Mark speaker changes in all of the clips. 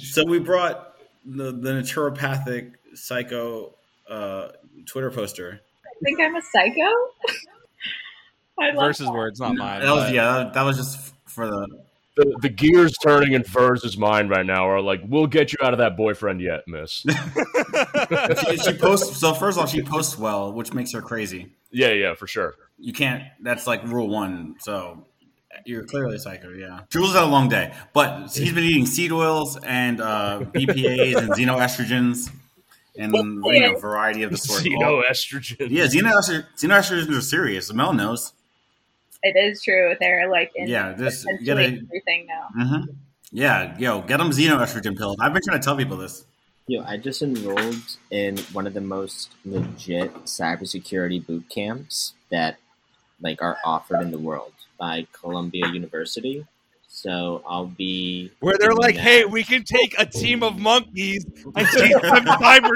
Speaker 1: So we brought the, the naturopathic psycho uh, Twitter poster.
Speaker 2: I think I'm a psycho. I love
Speaker 3: Versus words, not mine.
Speaker 4: That
Speaker 1: Uh,
Speaker 4: was
Speaker 3: but-
Speaker 4: yeah. That, that was just f- for the.
Speaker 5: The, the gears turning in Furs' mind right now are like, we'll get you out of that boyfriend yet, miss.
Speaker 4: She, she posts so first of all, she posts well, which makes her crazy.
Speaker 5: yeah, yeah, for sure.
Speaker 4: You can't. That's like rule one. So you're clearly a psycho. Yeah, Jules had a long day, but he's been eating seed oils and uh, BPAs and xenoestrogens and you know, variety of the sort.
Speaker 5: Xenoestrogen.
Speaker 4: Yeah, xenoestro- xenoestrogens are serious. Mel knows.
Speaker 2: it is true. They're like in
Speaker 4: Yeah, this you
Speaker 2: essentially
Speaker 4: gotta.
Speaker 2: everything now.
Speaker 4: mhm. Yeah, yo, get them xenoestrogen pills. I've been trying to tell people this.
Speaker 6: Yo, I just enrolled in one of the most legit cybersecurity boot camps that like are offered in the world by Columbia University. So I'll be
Speaker 3: Where they're
Speaker 6: doing
Speaker 3: like,
Speaker 6: that.
Speaker 3: hey, we can take a team of monkeys and teach them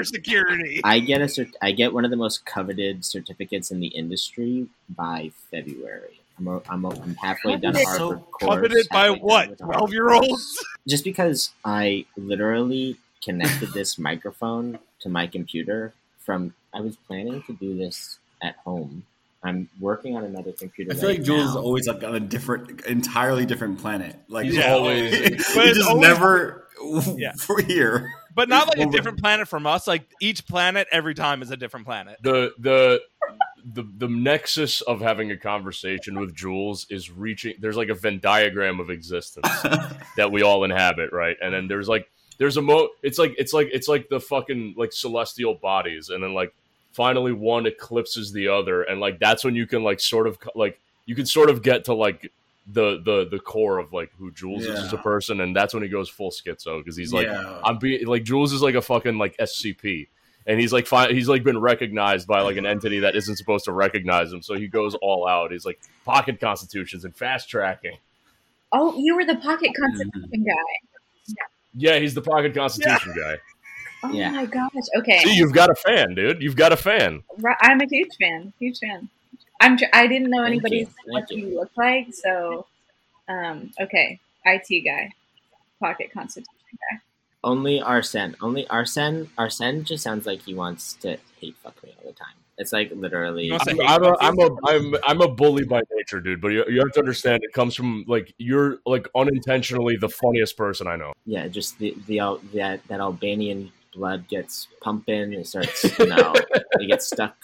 Speaker 3: cybersecurity.
Speaker 6: I get a cert- I get one of the most coveted certificates in the industry by February. I'm a, I'm, a, I'm halfway done a
Speaker 4: Coveted-
Speaker 6: Harvard course.
Speaker 3: Coveted by
Speaker 6: halfway done
Speaker 3: what?
Speaker 6: with Harvard
Speaker 3: 12 year olds?
Speaker 6: just because I literally connected this microphone to my computer from I was planning to do this at home. I'm working on another computer.
Speaker 4: I feel
Speaker 6: right
Speaker 4: like Jules is
Speaker 6: now.
Speaker 4: always like on a different, entirely different planet. Like
Speaker 5: He's
Speaker 3: Yeah.
Speaker 5: always.
Speaker 4: he
Speaker 3: But it's
Speaker 4: just
Speaker 3: always-
Speaker 4: never
Speaker 3: Yeah.
Speaker 4: for here.
Speaker 3: But not like a
Speaker 4: Over.
Speaker 3: different planet from us. Like each planet, every time is a different planet.
Speaker 5: the the the the nexus of having a conversation with Jules is reaching there's like a Venn diagram of existence that we all inhabit, right? And then there's like there's a mo it's like it's like it's like the fucking like celestial bodies and then like finally one eclipses the other and like that's when you can like sort of co- like you can sort of get to like the the the core of like who Jules is as a
Speaker 4: Yeah.
Speaker 5: person and that's when he goes full schizo because he's like
Speaker 4: yeah.
Speaker 5: I'm being like Jules is like a fucking like SCP, and he's like fi- he's like been recognized by like an entity that isn't supposed to recognize him, so he goes all out. He's like pocket constitutions and fast tracking.
Speaker 2: Oh, you were the pocket
Speaker 4: "Mm-hmm."
Speaker 2: constitution guy.
Speaker 5: Yeah, he's the pocket constitution
Speaker 2: Oh
Speaker 6: Yeah.
Speaker 2: my gosh.
Speaker 5: guy.
Speaker 2: Okay,
Speaker 5: See, you've got a fan, dude. You've got a fan.
Speaker 2: Ri- I'm a huge fan. Huge fan. I'm. Tr- I didn't know
Speaker 6: Thank
Speaker 2: anybody's
Speaker 6: you, thank
Speaker 2: what
Speaker 6: you.
Speaker 2: you look like. So, um, okay, IT guy, pocket constitution guy.
Speaker 6: only Arsene. Only Arsene. Arsene just sounds like he wants to hate fuck me all the time. It's like literally.
Speaker 3: You want
Speaker 5: I'm, I'm a I'm a I'm I'm a bully by nature, dude. But you, you have to understand, it comes from like you're like unintentionally the funniest person I know.
Speaker 6: yeah, just the the Al- that that Albanian blood gets pumping. It starts, you know, it gets stuck.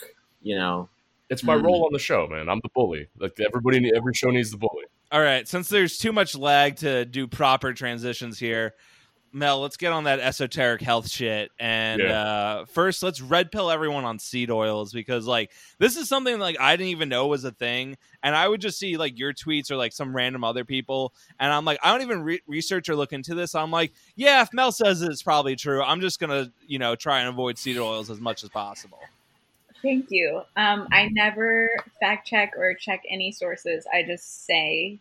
Speaker 6: You know,
Speaker 5: It's my
Speaker 4: Mm.
Speaker 5: role on the show, man. I'm the bully. Like everybody, need- every show needs the bully.
Speaker 3: All right. Since there's too much lag to do proper transitions here, Mel, let's get on that esoteric health shit. And
Speaker 5: Yeah.
Speaker 3: uh, first, let's red pill everyone on seed oils because, like, this is something like I didn't even know was a thing. And I would just see like your tweets or like some random other people, and I'm like, I don't even re- research or look into this. I'm like, yeah, if Mel says it, it's probably true. I'm just gonna, you know, try and avoid seed oils as much as possible.
Speaker 2: Thank you. Um, I never fact check or check any sources. I just say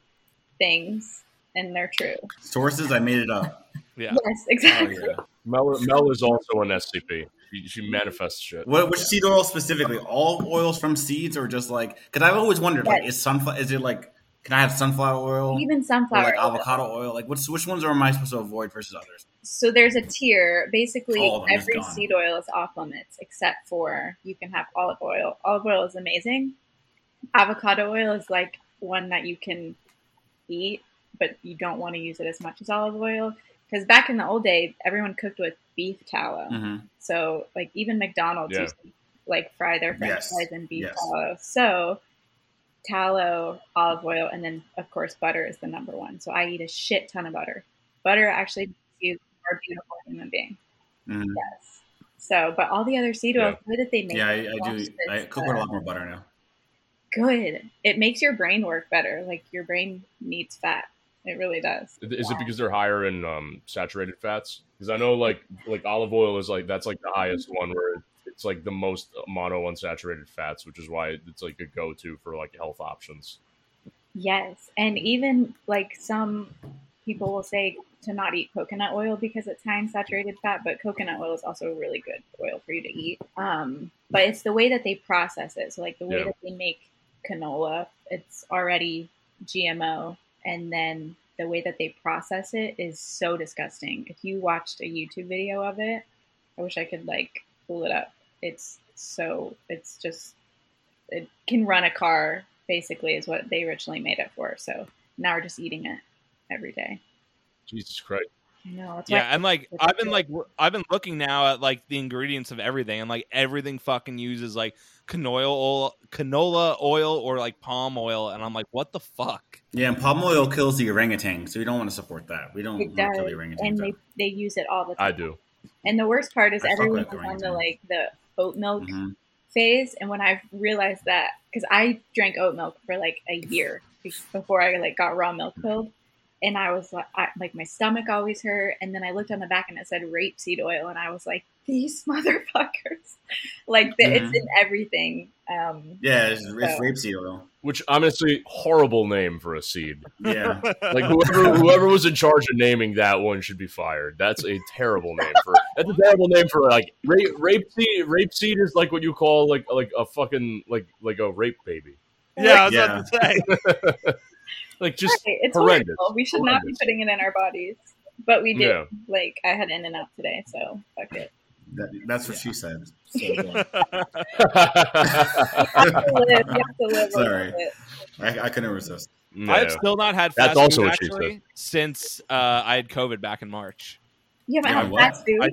Speaker 2: things and they're true.
Speaker 4: Sources, I made it up.
Speaker 3: Yeah.
Speaker 2: Yes, exactly.
Speaker 5: Oh,
Speaker 4: Oh,
Speaker 5: Mel, Mel is also an SCP. She, she manifests shit.
Speaker 4: What, which seed oil specifically? All oils from seeds, or just like? Because I've always wondered, like, is sunflower? Is it like? Can I have sunflower oil?
Speaker 2: Even
Speaker 4: or
Speaker 2: sunflower.
Speaker 4: like
Speaker 2: oil.
Speaker 4: avocado oil? Like, what's which ones am I supposed to avoid versus others?
Speaker 2: so there's a tier. Basically,
Speaker 4: All of them is
Speaker 2: every
Speaker 4: gone.
Speaker 2: seed oil is off limits except for you can have olive oil. Olive oil is amazing. Avocado oil is like one that you can eat, but you don't want to use it as much as olive oil. Because back in the old day, everyone cooked with beef tallow.
Speaker 4: Mm-hmm.
Speaker 2: So, like, even McDonald's
Speaker 5: Yeah.
Speaker 2: used to, like fry their french
Speaker 4: Yes.
Speaker 2: fries in beef
Speaker 4: Yes.
Speaker 2: tallow. So, tallow, olive oil, and then, of course, butter is the number one. So, I eat a shit ton of butter. Butter actually makes you a more beautiful human being.
Speaker 4: Mhm.
Speaker 2: Yes. So, but all the other seed oils, the way that they make
Speaker 4: Yeah,
Speaker 2: it,
Speaker 4: I, I do.
Speaker 2: watch
Speaker 4: I
Speaker 2: this,
Speaker 4: cook with a
Speaker 2: uh,
Speaker 4: lot more butter now.
Speaker 2: good. It makes your brain work better. Like, your brain needs fat. It really does.
Speaker 5: Is it because they're higher in um, saturated fats? Because I know like like olive oil is like that's like the highest one where it- it's like the most mono unsaturated fats, which is why it's like a go to for like health options.
Speaker 2: Yes, and even like some people will say to not eat coconut oil because it's high in saturated fat, but coconut oil is also a really good oil for you to eat. Um, but it's the way that they process it. So like the way
Speaker 5: Yeah.
Speaker 2: that they make canola, it's already GMO, and then the way that they process it is so disgusting. If you watched a YouTube video of it, I wish I could like pull it up. It's so it's just it can run a car basically is what they originally made it for. So now we're just eating it every day.
Speaker 5: Jesus Christ.
Speaker 2: I know. That's
Speaker 3: Yeah,
Speaker 2: why
Speaker 3: and like I've been like w- I've been looking now at like the ingredients of everything, and like everything fucking uses like canola oil, canola oil, or like palm oil, and I'm like, what the fuck?
Speaker 4: Yeah, and palm oil kills the orangutan, so we don't want to support that. We don't
Speaker 2: it
Speaker 4: want to
Speaker 2: does,
Speaker 4: kill the
Speaker 2: and
Speaker 4: orangutan.
Speaker 2: they, they use it all the time.
Speaker 5: I do.
Speaker 2: And the worst part is
Speaker 4: I fuck
Speaker 2: everyone
Speaker 4: with
Speaker 2: was on the
Speaker 4: orangutan.
Speaker 2: like the oat milk
Speaker 4: hmm
Speaker 2: phase, and when I realized that, because I drank oat milk for like a year be- before I like got raw
Speaker 4: Mm-hmm.
Speaker 2: milk filled, and I was like, I, like my stomach always hurt, and then I looked on the back and it said rapeseed oil, and I was like, these motherfuckers, like the, it's
Speaker 4: Mhm.
Speaker 2: in everything. Um,
Speaker 4: Yeah, it's, it's
Speaker 2: So-
Speaker 4: rapeseed oil.
Speaker 5: Which honestly, horrible name for a seed.
Speaker 4: Yeah,
Speaker 5: Like whoever whoever was in charge of naming that one should be fired. That's a terrible name for. That's a terrible name for like rape rapeseed. Rapeseed is like what you call like like a fucking like like a rape baby.
Speaker 3: Yeah, I was about to say.
Speaker 5: Like just
Speaker 2: right, it's
Speaker 5: horrendous,
Speaker 2: horrible. We should not be
Speaker 5: horrendous.
Speaker 2: putting it in our bodies, but we did.
Speaker 5: Yeah.
Speaker 2: Like I had in and out today, so fuck it.
Speaker 4: that, that's what she said.
Speaker 6: So good.
Speaker 2: You have to live. You have to live
Speaker 4: Sorry.
Speaker 2: with it.
Speaker 4: I, I couldn't resist.
Speaker 5: Yeah.
Speaker 3: I've still not had
Speaker 5: That's
Speaker 3: fast
Speaker 5: also
Speaker 3: food
Speaker 5: what she said.
Speaker 3: actually since uh, I had COVID back in March.
Speaker 2: You haven't
Speaker 4: Yeah,
Speaker 2: had
Speaker 4: what?
Speaker 2: fast food.
Speaker 3: I-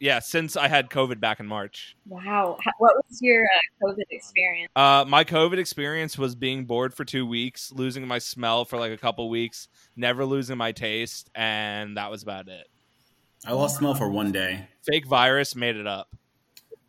Speaker 3: Yeah, since I had COVID back in March.
Speaker 2: Wow. How- What was your uh, COVID experience?
Speaker 3: Uh, my COVID experience was being bored for two weeks, losing my smell for like a couple weeks, never losing my taste, and that was about it.
Speaker 4: I lost smell for one day,
Speaker 3: Fake virus made it up.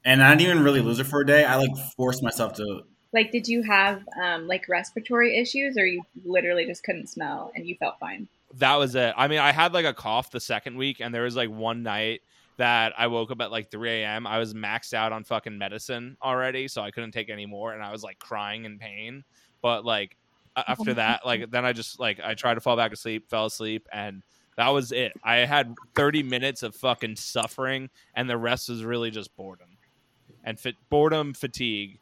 Speaker 4: and I didn't even really lose it for a day. I like forced myself to.
Speaker 2: Like, did you have um, like respiratory issues, or you literally just couldn't smell and you felt fine?
Speaker 3: That was it. I mean, I had like a cough the second week, and there was like one night that I woke up at like 3 a.m. I was maxed out on fucking medicine already, so I couldn't take any more, and I was like crying in pain. But like a- after that, like then I just like I tried to fall back asleep, fell asleep, and that was it. I had 30 minutes of fucking suffering, and the rest was really just boredom and fit boredom, fatigue,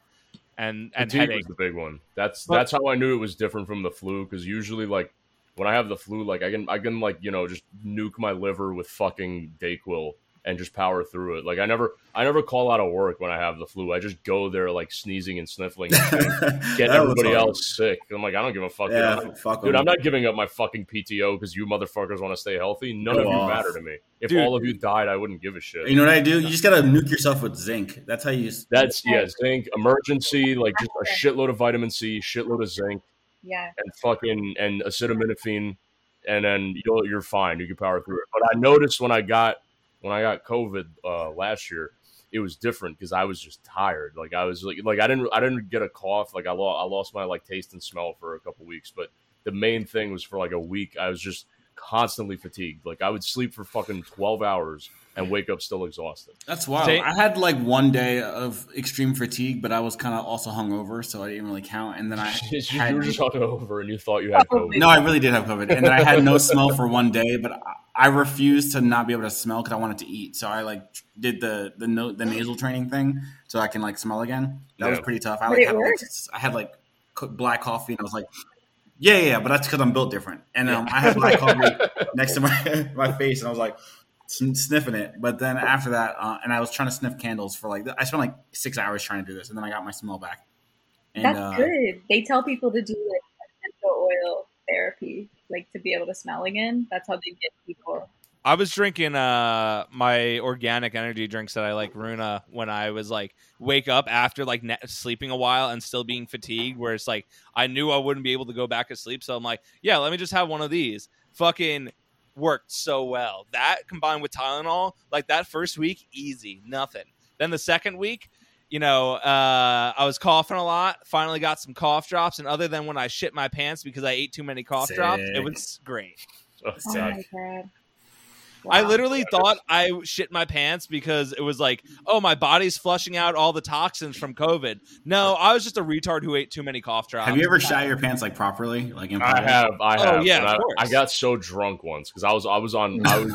Speaker 3: and and
Speaker 5: fatigue
Speaker 3: headache.
Speaker 5: was the big one. That's
Speaker 3: But-
Speaker 5: that's how I knew it was different from the flu because usually like when I have the flu, like I can I can like you know just nuke my liver with fucking Dayquil and just power through it. Like I never I never call out of work when I have the flu. I just go there like sneezing and sniffling,
Speaker 4: Get
Speaker 5: get everybody else sick. I'm like I don't give a fuck. dude.
Speaker 4: Yeah,
Speaker 5: I'm not-
Speaker 4: fuck
Speaker 5: Dude,
Speaker 4: 'em.
Speaker 5: I'm not giving up my fucking PTO because you motherfuckers want to stay healthy. None
Speaker 4: Go
Speaker 5: of you
Speaker 4: off.
Speaker 5: matter to me. If
Speaker 3: Dude.
Speaker 5: all of you died, I wouldn't give a shit.
Speaker 4: You know what I do? You just gotta nuke yourself with zinc. That's how you.
Speaker 5: That's yeah, zinc, emergency, like just a shitload of vitamin C, shitload of zinc.
Speaker 2: Yeah.
Speaker 5: and fucking and acetaminophen, and then you'll, you're fine. You can power through it. But I noticed when I got when I got COVID uh, last year, it was different because I was just tired. Like I was like like I didn't I didn't get a cough. Like I lost I lost my like taste and smell for a couple weeks. But the main thing was for like a week I was just constantly fatigued. Like I would sleep for fucking twelve hours and wake up still exhausted.
Speaker 4: That's wild.
Speaker 3: Say-
Speaker 4: I had like one day of extreme fatigue, but I was kind of also hungover, so I didn't really count. And then I
Speaker 5: you
Speaker 4: had-
Speaker 5: were just over and you thought you had COVID.
Speaker 4: no, I really did have COVID, and then I had no smell for one day, but I- I refused to not be able to smell because I wanted to eat. So I like tr- did the the no, the nasal training thing so I can like smell again. That was
Speaker 5: Yeah.
Speaker 4: pretty tough. I
Speaker 2: But
Speaker 4: like,
Speaker 2: it
Speaker 4: had, like
Speaker 2: worked.
Speaker 4: s- I had like co- black coffee, and I was like, yeah, yeah, yeah, but that's because I'm built different. And um, I had black coffee next to my my face, and I was like sn- sniffing it. But then after that, uh, and I was trying to sniff candles for like I spent like six hours trying to do this, and then I got my smell back. And
Speaker 2: That's
Speaker 4: uh,
Speaker 2: good. They tell people to do like essential oil therapy, like to be able to smell again. That's how they get people.
Speaker 3: I was drinking uh my organic energy drinks that I like Runa when I was like wake up after like ne- sleeping a while and still being fatigued where it's like I knew I wouldn't be able to go back to sleep so I'm like yeah let me just have one of these fucking worked so well that combined with Tylenol like that first week easy nothing then the second week you know uh I was coughing a lot finally got some cough drops and other than when I shit my pants because I ate too many cough drops it
Speaker 4: Sick.
Speaker 3: was great
Speaker 2: Oh my god.
Speaker 3: I
Speaker 2: Wow.
Speaker 3: literally thought I shit my pants because it was like, oh, my body's flushing out all the toxins from COVID. No, I was just a retard who ate too many cough drops.
Speaker 4: Have you ever shot your pants like properly? Like in
Speaker 5: I
Speaker 4: public?
Speaker 5: have, I
Speaker 3: Oh,
Speaker 5: have.
Speaker 3: yeah,
Speaker 5: and
Speaker 3: of
Speaker 5: I,
Speaker 3: course.
Speaker 5: I got so drunk once because I was, I was on, I was,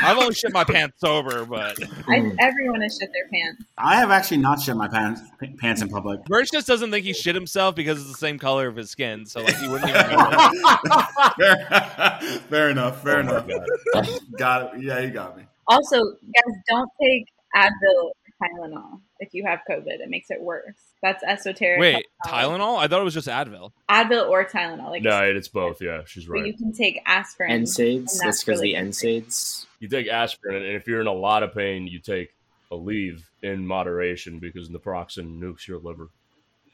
Speaker 3: I've only shit my pants sober, but
Speaker 2: I, everyone has shit their pants.
Speaker 4: I have actually not shit my pants pants in public.
Speaker 3: Birch just doesn't think he shit himself because it's the same color of his skin, so like he wouldn't even. Remember.
Speaker 4: fair, fair enough. Fair
Speaker 5: oh
Speaker 4: enough. got it. Yeah, you got me.
Speaker 2: Also, guys, don't take Advil or Tylenol if you have COVID. It makes it worse. That's esoteric.
Speaker 3: Wait, Tylenol? I thought it was just Advil.
Speaker 2: Advil or Tylenol. Like,
Speaker 5: No, it's both. Yeah, she's
Speaker 2: but you
Speaker 5: right.
Speaker 2: can take aspirin.
Speaker 6: NSAIDs.
Speaker 2: and
Speaker 6: That's because
Speaker 2: really-
Speaker 6: the NSAIDs.
Speaker 5: You take aspirin, and if you're in a lot of pain, you take Aleve in moderation because naproxen nukes your liver.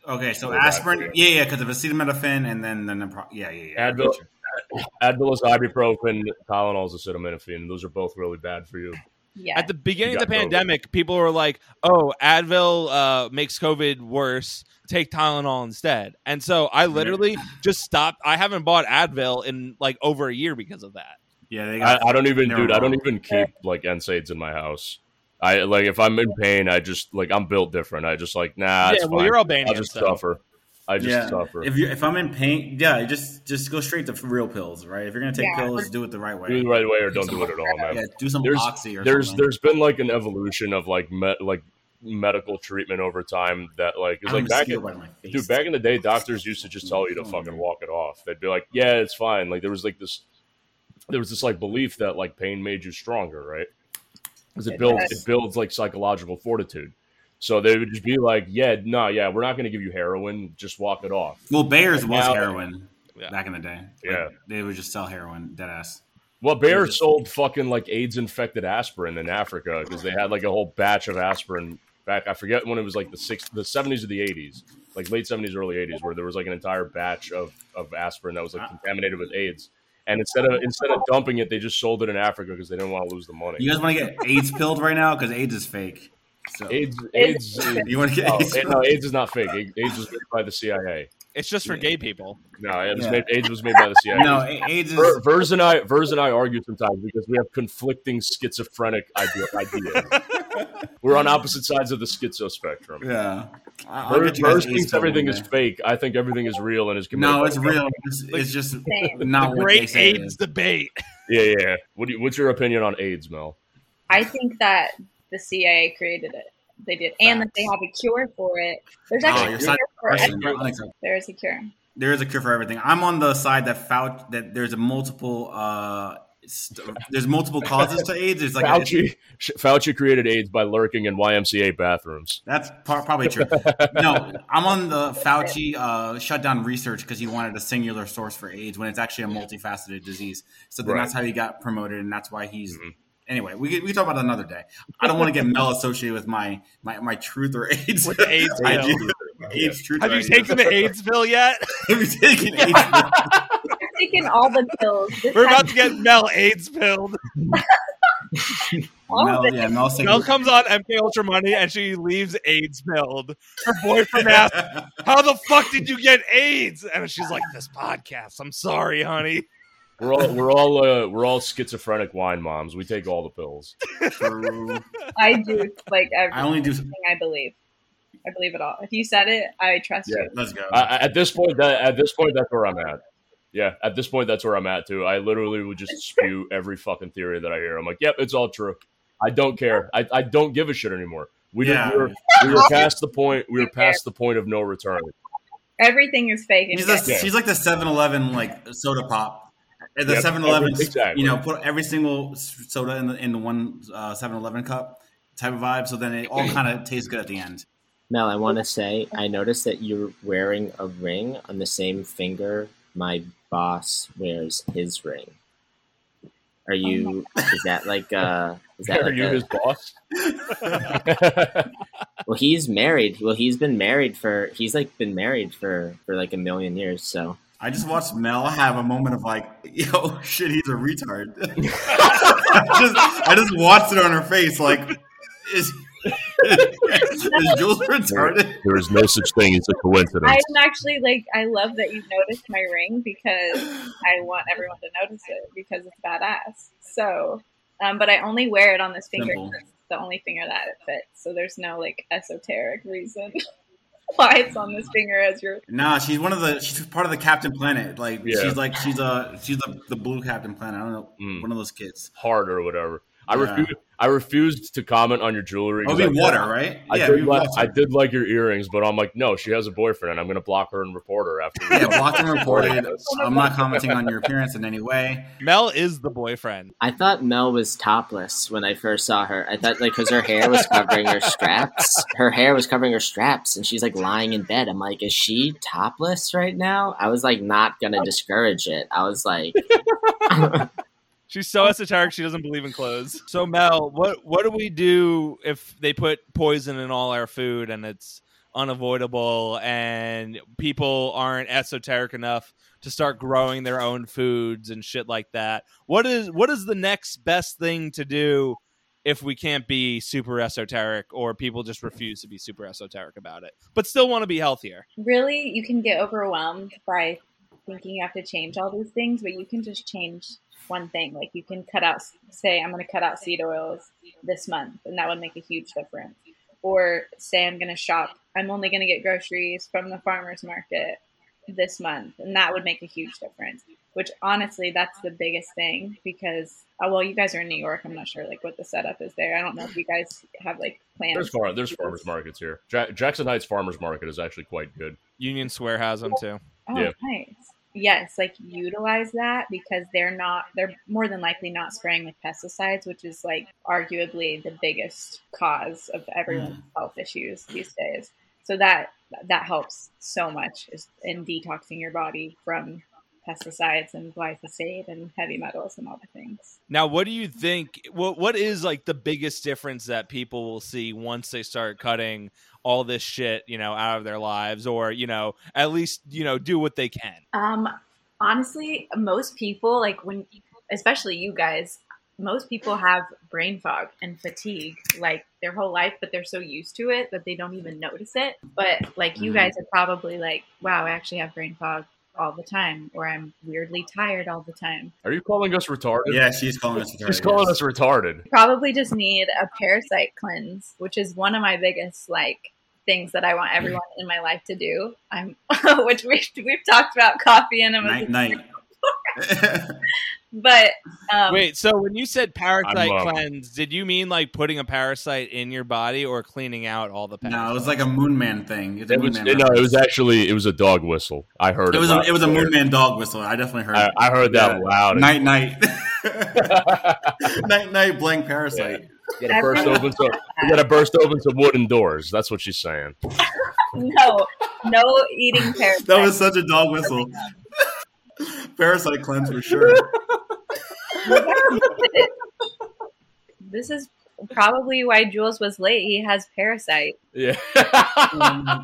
Speaker 4: Okay, so
Speaker 5: Oh, God,
Speaker 4: aspirin. Yeah, yeah, because of acetaminophen and then the nepro- yeah, yeah, yeah.
Speaker 5: Advil, Advil is ibuprofen. Tylenol is acetaminophen. Those are both really bad for you.
Speaker 2: Yeah.
Speaker 3: At the beginning of the
Speaker 5: You got COVID.
Speaker 3: pandemic, people were like, "Oh, Advil uh, makes COVID worse. Take Tylenol instead." And so I literally just stopped. I haven't bought Advil in like over a year because of that.
Speaker 4: Yeah, they
Speaker 5: I,
Speaker 4: got.
Speaker 5: I don't even,
Speaker 4: Never
Speaker 5: dude. I don't
Speaker 4: mind.
Speaker 5: even keep like NSAIDs in my house. I like if I'm in pain, I just like I'm built different. I just like nah. it's
Speaker 3: yeah, well,
Speaker 5: fine.
Speaker 3: you're
Speaker 5: I'll
Speaker 3: Albanian.
Speaker 5: just
Speaker 3: so.
Speaker 5: suffer. I just
Speaker 4: yeah.
Speaker 5: suffer.
Speaker 4: If you if I'm in pain, yeah, just just go straight to real pills, right? If you're gonna take
Speaker 2: Yeah.
Speaker 4: pills, do it the right way.
Speaker 5: do it the right way or don't do it at all, man.
Speaker 4: yeah, do some
Speaker 5: There's-
Speaker 4: oxy or
Speaker 5: there's
Speaker 4: something.
Speaker 5: there's been like an evolution of like me- like medical treatment over time that like is
Speaker 4: I'm
Speaker 5: like
Speaker 4: gonna
Speaker 5: back
Speaker 4: skewer
Speaker 5: in,
Speaker 4: by my face. Oh,
Speaker 5: dude back in the day doctors used to just tell you to fucking walk it off they'd be like yeah it's fine like there was like this there was this like belief that like pain made you stronger right because it
Speaker 2: It
Speaker 5: builds
Speaker 2: does.
Speaker 5: it builds like psychological fortitude so they would just be like yeah no yeah we're not going to give you heroin just walk it off
Speaker 4: well, Bayer's was
Speaker 5: Now-
Speaker 4: heroin
Speaker 3: Yeah.
Speaker 4: back in the day. Like,
Speaker 5: Yeah.
Speaker 4: they would just sell heroin, dead ass.
Speaker 5: Well, Bayer sold fucking like AIDS infected aspirin in Africa because they had like a whole batch of aspirin back. I forget when it was like the six, the seventies or the eighties, like late seventies, early eighties, where there was like an entire batch of of aspirin that was
Speaker 4: Ah.
Speaker 5: like contaminated with AIDS. And instead of instead of dumping it, they just sold it in Africa because they didn't want to lose the money.
Speaker 4: You guys want to get AIDS pilled right now because AIDS is fake. So
Speaker 5: AIDS, AIDS, is-
Speaker 4: you want to get
Speaker 5: no,
Speaker 3: Oh,
Speaker 4: AIDS?
Speaker 5: it- no, AIDS is not fake. A- AIDS was made by the CIA.
Speaker 3: It's just for
Speaker 4: Yeah.
Speaker 3: gay people.
Speaker 5: No, it was
Speaker 4: Yeah.
Speaker 5: made, AIDS was made by the CIA.
Speaker 4: No, A- AIDS is.
Speaker 5: Ver, Vers and I, Vers and I argue sometimes because we have conflicting schizophrenic idea, ideas. We're on opposite sides of the schizo spectrum.
Speaker 4: Yeah. I- I'll
Speaker 5: Vers,
Speaker 4: get you guys
Speaker 5: Vers
Speaker 4: AIDS
Speaker 5: thinks
Speaker 4: pilled
Speaker 5: everything
Speaker 4: one
Speaker 5: is
Speaker 4: day.
Speaker 5: fake. I think everything is real and is committed.
Speaker 4: No, it's real. It's, it's just
Speaker 2: Same.
Speaker 4: not
Speaker 3: the
Speaker 4: what they
Speaker 3: great
Speaker 4: say. it
Speaker 3: AIDS
Speaker 4: is.
Speaker 3: debate.
Speaker 5: Yeah, yeah. yeah. What do you, what's your opinion on AIDS, Mel?
Speaker 2: I think that the CIA created it. They did, and that they have a cure for it. There's
Speaker 4: Oh,
Speaker 2: actually
Speaker 4: you're
Speaker 2: a
Speaker 4: such
Speaker 2: cure
Speaker 4: a
Speaker 2: for
Speaker 4: person.
Speaker 2: everything.
Speaker 4: Unacceptable.
Speaker 2: There is a cure.
Speaker 4: There is a cure for everything. I'm on the side that Fauci that there's a multiple uh st- there's multiple causes to AIDS. It's like a-
Speaker 5: Fauci, Fauci created AIDS by lurking in YMCA bathrooms.
Speaker 4: That's par- probably true. No, I'm on the Fauci uh, shut down research because he wanted a singular source for AIDS when it's actually a multifaceted disease. So then
Speaker 5: Right.
Speaker 4: that's how he got promoted, and that's why he's.
Speaker 3: Mm-hmm.
Speaker 5: Mhm.
Speaker 4: Anyway, we could- we could talk about it another day. I don't want to get Mel associated with my my, my truth or AIDS
Speaker 3: With AIDS
Speaker 4: idea.
Speaker 3: pill.
Speaker 4: AIDS truth.
Speaker 3: Have
Speaker 4: or
Speaker 3: you
Speaker 4: idea.
Speaker 3: taken the AIDS pill yet?
Speaker 4: Have you taken AIDS? pill?
Speaker 2: I've taken all the pills. This
Speaker 3: We're
Speaker 2: has
Speaker 3: about to get Mel AIDS pilled.
Speaker 2: all of
Speaker 4: Mel,
Speaker 2: it.
Speaker 4: yeah, Mel's taking.
Speaker 3: Mel comes on MK Ultra Money and she leaves AIDS pilled. Her boyfriend asks, "How the fuck did you get AIDS?" And she's like, "This podcast. I'm sorry, honey."
Speaker 5: We're all we're all uh, we're all schizophrenic wine moms. We take all the pills.
Speaker 4: True.
Speaker 2: I do like everything
Speaker 4: I
Speaker 2: I,
Speaker 4: only do.
Speaker 2: believe. I believe it all. If you said it, I trust
Speaker 5: Yeah.
Speaker 2: you.
Speaker 4: Let's go.
Speaker 5: I, I- at this point, that at this point, that's where I'm at. Yeah, at this point, that's where I'm at too. I literally would just spew every fucking theory that I hear. I'm like, yep, it's all true. I don't care. I, I don't give a shit anymore. We, did-
Speaker 4: Yeah.
Speaker 5: we were we were past the point. We were past the point of no return.
Speaker 2: Everything is fake. And
Speaker 4: She's,
Speaker 2: fake.
Speaker 4: a, she's like the 7-Eleven like soda pop. And The
Speaker 5: Yep,
Speaker 4: 7-Eleven,
Speaker 5: exactly.
Speaker 4: you know, put every single s- soda in the in the one uh, 7-Eleven cup type of vibe. So then it all kind of tastes good at the end.
Speaker 6: Mel, I want to say I noticed that you're wearing a ring on the same finger my boss wears his ring. Are you? Is that like uh Is that
Speaker 5: Are
Speaker 6: like
Speaker 5: you
Speaker 6: a,
Speaker 5: his boss?
Speaker 6: well? He's married. Well, he's been married for. He's like been married for for like a million years. So
Speaker 4: I just watched Mel have a moment of like, yo, shit, he's a retard. I, just, I just watched it on her face. Like, is, is Jules retarded?
Speaker 5: there is no such thing as a coincidence.
Speaker 2: I'm actually like I love that you noticed my ring because I want everyone to notice it because it's badass. So, um, but I only wear it on this finger.
Speaker 4: Simple.
Speaker 2: 'cause It's the only finger that it fits. So there's no like esoteric reason why it's on this finger as your.
Speaker 4: Nah, she's one of the. She's part of the Captain Planet. Like uh,
Speaker 5: Yeah.
Speaker 4: she's like she's a she's the, the blue Captain Planet. I don't know
Speaker 5: Mm.
Speaker 4: one of those kids.
Speaker 5: Hard or whatever. I
Speaker 4: Yeah.
Speaker 5: refuse. I refused to comment on your jewelry.
Speaker 4: It'll
Speaker 5: 'cause
Speaker 4: be
Speaker 5: I-
Speaker 4: water, right?
Speaker 5: I,
Speaker 4: yeah, it'll
Speaker 5: did
Speaker 4: be
Speaker 5: like, I
Speaker 4: water.
Speaker 5: did like your earrings, but I'm like, no, she has a boyfriend, and I'm gonna block her and report her after. we-
Speaker 4: yeah, blocked and reported.
Speaker 5: Yes.
Speaker 4: I'm not commenting on your appearance in any way.
Speaker 3: Mel is the boyfriend.
Speaker 6: I thought Mel was topless when I first saw her. I thought like because her hair was covering her straps. Her hair was covering her straps, and she's like lying in bed. I'm like, is she topless right now? I was like, not gonna discourage it. I was like,
Speaker 3: She's so esoteric she doesn't believe in clothes. Oh. So Mel, what what do we do if they put poison in all our food and it's unavoidable and people aren't esoteric enough to start growing their own foods and shit like that? What is what is the next best thing to do if we can't be super esoteric or people just refuse to be super esoteric about it but still want to be healthier?
Speaker 2: really you can get overwhelmed by thinking you have to change all these things but you can just change one thing like you can cut out say i'm going to cut out seed oils this month and that would make a huge difference or say i'm going to shop i'm only going to get groceries from the farmers market this month and that would make a huge difference which honestly that's the biggest thing because oh, well you guys are in new york i'm not sure like what the setup is there i don't know if you guys have like plans
Speaker 5: There's far, there's farmers markets here. Ja- Jackson Heights farmers market is actually quite good.
Speaker 3: Union Square has them too.
Speaker 2: Oh,
Speaker 5: Yeah.
Speaker 2: nice. Yes, like utilize that because they're not, they're more than likely not spraying with pesticides, which is like arguably the biggest cause of everyone's health issues these days. So that, that helps so much is in detoxing your body from pesticides and glyphosate and heavy metals and all the things.
Speaker 3: Now, what do you think? What what is like the biggest difference that people will see once they start cutting all this shit, you know, out of their lives, or you know, at least you know, do what they can.
Speaker 2: Um, honestly, most people, like when, especially you guys, most people have brain fog and fatigue like their whole life, but they're so used to it that they don't even notice it. But like you
Speaker 4: Mhm.
Speaker 2: guys are probably like, wow, I actually have brain fog all the time, or I'm weirdly tired all the time.
Speaker 5: Are you calling us retarded?
Speaker 4: Yeah, she's calling us.
Speaker 5: She's calling us retarded.
Speaker 2: Probably just need a parasite cleanse, which is one of my biggest like things that I want everyone in my life to do. I'm which we've, we've talked about coffee and
Speaker 4: night night.
Speaker 2: but um,
Speaker 3: Wait, so when you said parasite
Speaker 5: I'm, uh,
Speaker 3: cleanse, did you mean like putting a parasite in your body or cleaning out all the
Speaker 4: no,
Speaker 3: parasites?
Speaker 4: it was like a Moon Man thing. It's a
Speaker 5: It
Speaker 4: Moon
Speaker 5: was
Speaker 4: Man
Speaker 5: no, it was
Speaker 4: reference.
Speaker 5: actually it was a dog whistle. I heard
Speaker 4: It was a,
Speaker 5: loud
Speaker 4: it was a
Speaker 5: and
Speaker 4: Moon
Speaker 5: clear.
Speaker 4: Man dog whistle. I definitely heard.
Speaker 5: I, I heard that
Speaker 4: Yeah.
Speaker 5: loud. and
Speaker 4: Night night.
Speaker 5: clear.
Speaker 4: night night. Blank parasite.
Speaker 5: You gotta burst
Speaker 2: Everyone-
Speaker 5: open some. You gotta burst open some wooden doors. That's what she's saying.
Speaker 2: no, no eating parasites.
Speaker 4: That was such a dog whistle. parasite cleanse for sure.
Speaker 2: this is probably why Jules was late. He has parasite.
Speaker 5: Yeah.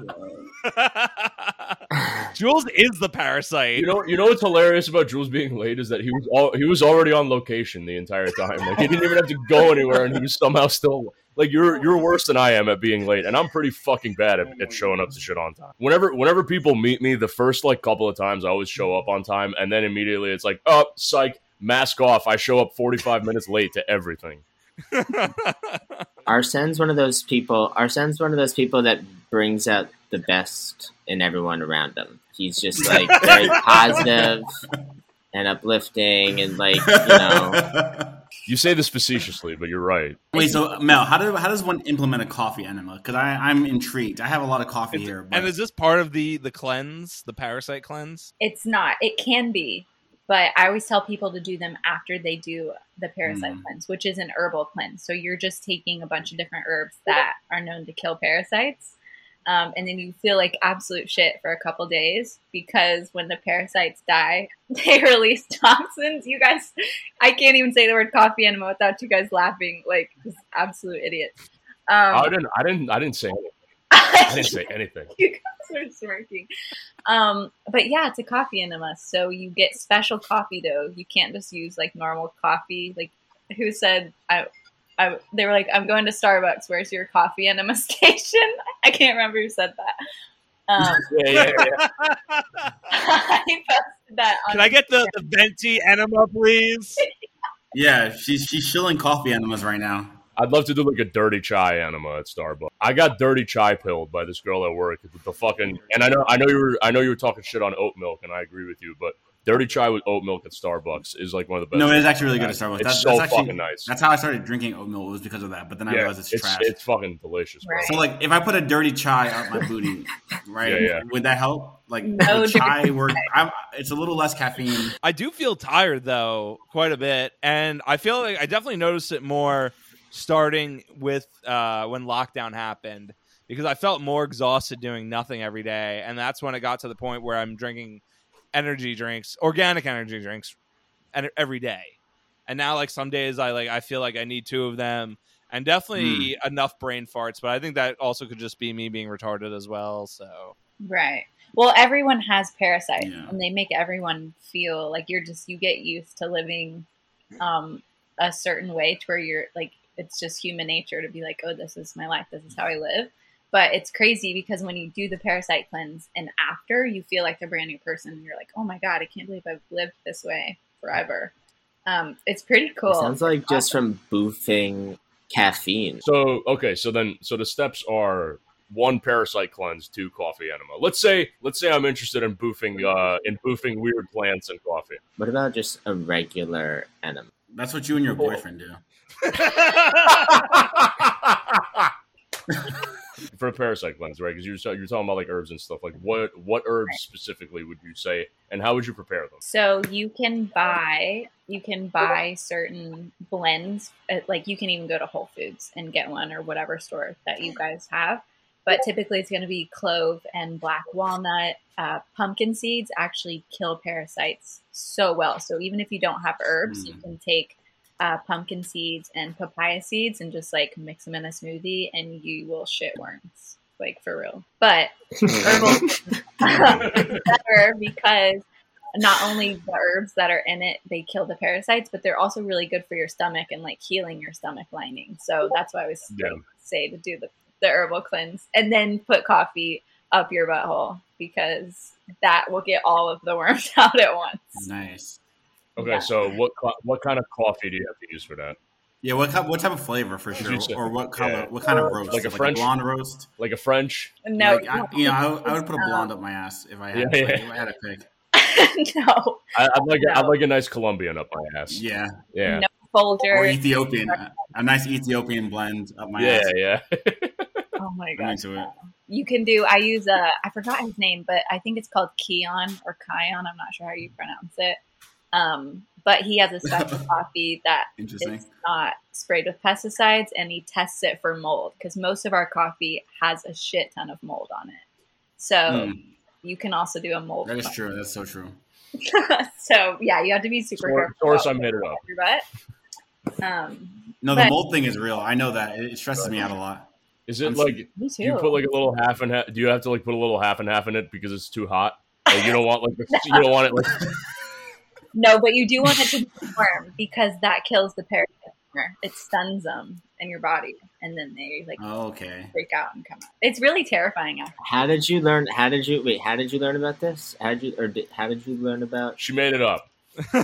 Speaker 3: Jules is the parasite.
Speaker 5: you know. You know what's hilarious about Jules being late is that he was all, he was already on location the entire time. Like he didn't even have to go anywhere, and he was somehow still like you're you're worse than I am at being late, and I'm pretty fucking bad at, at showing up to shit on time. Whenever whenever people meet me, the first like couple of times I always show up on time, and then immediately it's like, oh, psych, mask off. I show up 45 minutes late to everything.
Speaker 6: Arsene's one of those people. Arsene's one of those people that brings out the best in everyone around them. He's just like very positive and uplifting, and like you know,
Speaker 5: You say this facetiously, but you're right.
Speaker 4: Wait, so Mel, how do how does one implement a coffee enema? Because I I'm intrigued. I have a lot of coffee here. But
Speaker 3: and is this part of the the cleanse, the parasite cleanse?
Speaker 2: It's not. It can be, but I always tell people to do them after they do the parasite
Speaker 4: Mm.
Speaker 2: cleanse, which is an herbal cleanse. So you're just taking a bunch of different herbs that are known to kill parasites. Um, and then you feel like absolute shit for a couple days because when the parasites die, they release toxins. You guys, I can't even say the word coffee enema without you guys laughing like just absolute idiots. Um,
Speaker 5: I didn't. I didn't. I didn't say. anything. I didn't say anything.
Speaker 2: you guys are smirking. Um, but yeah, it's a coffee enema, so you get special coffee dough. You can't just use like normal coffee. Like who said I? I they were like, I'm going to Starbucks. Where's your coffee enema station? I can't remember who said that. Um,
Speaker 5: Yeah, yeah, yeah.
Speaker 2: I posted that. On
Speaker 3: Can I get the, the venti enema, please?
Speaker 4: yeah, she's she's shilling coffee enemas right now.
Speaker 5: I'd love to do like a dirty chai enema at Starbucks. I got dirty chai pilled by this girl at work. with The fucking and I know I know you were I know you were talking shit on oat milk, and I agree with you, but They already try with oat milk at Starbucks is like one of the best.
Speaker 4: No, it's
Speaker 5: things
Speaker 4: actually really good
Speaker 5: I've
Speaker 4: at Starbucks.
Speaker 5: had. It's
Speaker 4: That's-
Speaker 5: so
Speaker 4: that's actually-
Speaker 5: fucking nice.
Speaker 4: That's how I started drinking oatmeal was because of that. But then I
Speaker 5: yeah,
Speaker 4: realized it's, trash.
Speaker 5: It's fucking delicious. bro.
Speaker 2: Right.
Speaker 4: so like, if I put a dirty chai up my booty, right,
Speaker 5: Yeah, yeah.
Speaker 4: would that help? Like,
Speaker 2: No
Speaker 4: would chai work. I'm, it's a little less caffeine.
Speaker 3: I do feel tired though quite a bit, and I feel like I definitely noticed it more starting with uh, when lockdown happened because I felt more exhausted doing nothing every day, and that's when it got to the point where I'm drinking energy drinks, organic energy drinks, and e-, every day. And now, like some days, I like I feel like I need two of them, and definitely enough brain farts. But I think that also could just be me being retarded as well. So
Speaker 2: Right. Well, everyone has parasites,
Speaker 4: Yeah.
Speaker 2: and they make everyone feel like you're just you get used to living um, a certain way to where you're like it's just human nature to be like, oh, this is my life, this is how I live. But it's crazy because when you do the parasite cleanse and after, you feel like a brand new person. And you're like, oh my god, I can't believe I've lived this way forever. Um, it's pretty cool.
Speaker 6: It sounds like just from boofing caffeine.
Speaker 5: So okay, so then so the steps are one parasite cleanse, two coffee enema. Let's say let's say I'm interested in boofing uh in boofing weird plants and coffee.
Speaker 6: What about just a regular enema?
Speaker 4: That's what you and your boyfriend do.
Speaker 5: For a parasite cleanse, right? Because you're so- you're talking about like herbs and stuff. Like what what herbs specifically would you say, and how would you prepare them?
Speaker 2: So you can buy you can buy certain blends. uh, Like you can even go to Whole Foods and get one or whatever store that you guys have. But typically, it's going to be clove and black walnut. Uh, pumpkin seeds actually kill parasites so well. So even if you don't have herbs, you can take uh, pumpkin seeds and papaya seeds and just like mix them in a smoothie, and you will shit worms, like for real. But herbal better because not only the herbs that are in it they kill the parasites but they're also really good for your stomach and like healing your stomach lining so that's why i always
Speaker 5: Yeah.
Speaker 2: say to do the, the herbal cleanse and then put coffee up your butthole because that will get all of the worms out at once
Speaker 4: Nice.
Speaker 5: Okay,
Speaker 2: Yeah.
Speaker 5: so what co- what kind of coffee do you have to use for that?
Speaker 4: Yeah. What type, what type of flavor for sure,
Speaker 5: You said-
Speaker 4: or what color?
Speaker 5: yeah.
Speaker 4: What kind of roast?
Speaker 5: Like a French-
Speaker 4: blonde roast.
Speaker 5: Like a French?
Speaker 2: no
Speaker 4: Like, I, you know, I, would- I would put a blonde up my ass if I had,
Speaker 5: Yeah,
Speaker 4: like,
Speaker 5: yeah.
Speaker 4: if I had a pick.
Speaker 2: no
Speaker 5: I, I'd like a, I'd
Speaker 2: No.
Speaker 5: like a nice Colombian up my ass. Yeah,
Speaker 4: Yeah.
Speaker 5: yeah,
Speaker 2: no
Speaker 4: Or
Speaker 2: folder
Speaker 4: Ethiopian. A nice Ethiopian blend up my
Speaker 5: yeah.
Speaker 4: ass.
Speaker 5: yeah.
Speaker 2: oh my
Speaker 4: I'm
Speaker 2: gosh
Speaker 4: into it.
Speaker 2: you can do i use a i forgot his name but i think it's called keon or kion i'm not sure how you pronounce it um, but he has a special coffee that
Speaker 4: Interesting.
Speaker 2: it's not sprayed with pesticides and he tests it for mold because most of our coffee has a shit ton of mold on it so
Speaker 4: Mm,
Speaker 2: you can also do a mold
Speaker 4: that is
Speaker 2: coffee.
Speaker 4: true. That's so true.
Speaker 2: so yeah you have to be super
Speaker 5: Source,
Speaker 2: careful about
Speaker 5: I'm headed up.
Speaker 2: your butt um
Speaker 4: No, the
Speaker 2: But-
Speaker 4: mold thing is real. I know that. It it stresses me out a lot.
Speaker 5: Is it
Speaker 4: I'm-
Speaker 5: like
Speaker 2: me too
Speaker 5: Do you put like a little half and half? Do you have to like put a little half and half in it because it's too hot? Like, you don't want like the, you don't want it like
Speaker 2: no but you do want it to be warm because that kills the parasite it stuns them in your body and then they like
Speaker 4: Oh, okay.
Speaker 2: freak out and come out it's really terrifying actually.
Speaker 6: How did you learn? How did you wait? How did you learn about this? How did you or did, how did you learn about?
Speaker 5: she made it up.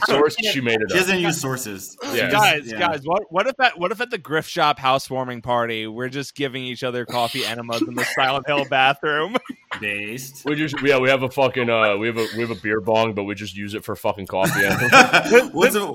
Speaker 5: Source she made it
Speaker 4: She
Speaker 5: up.
Speaker 4: doesn't use sources. She
Speaker 5: Yeah.
Speaker 4: just-
Speaker 3: guys,
Speaker 4: yeah.
Speaker 3: guys, what what if at what if at the grift shop housewarming party we're just giving each other coffee enemas in the Silent Hill bathroom?
Speaker 4: Based.
Speaker 5: We just yeah we have a fucking uh we have a we have a beer bong but we just use it for fucking coffee.
Speaker 4: what's a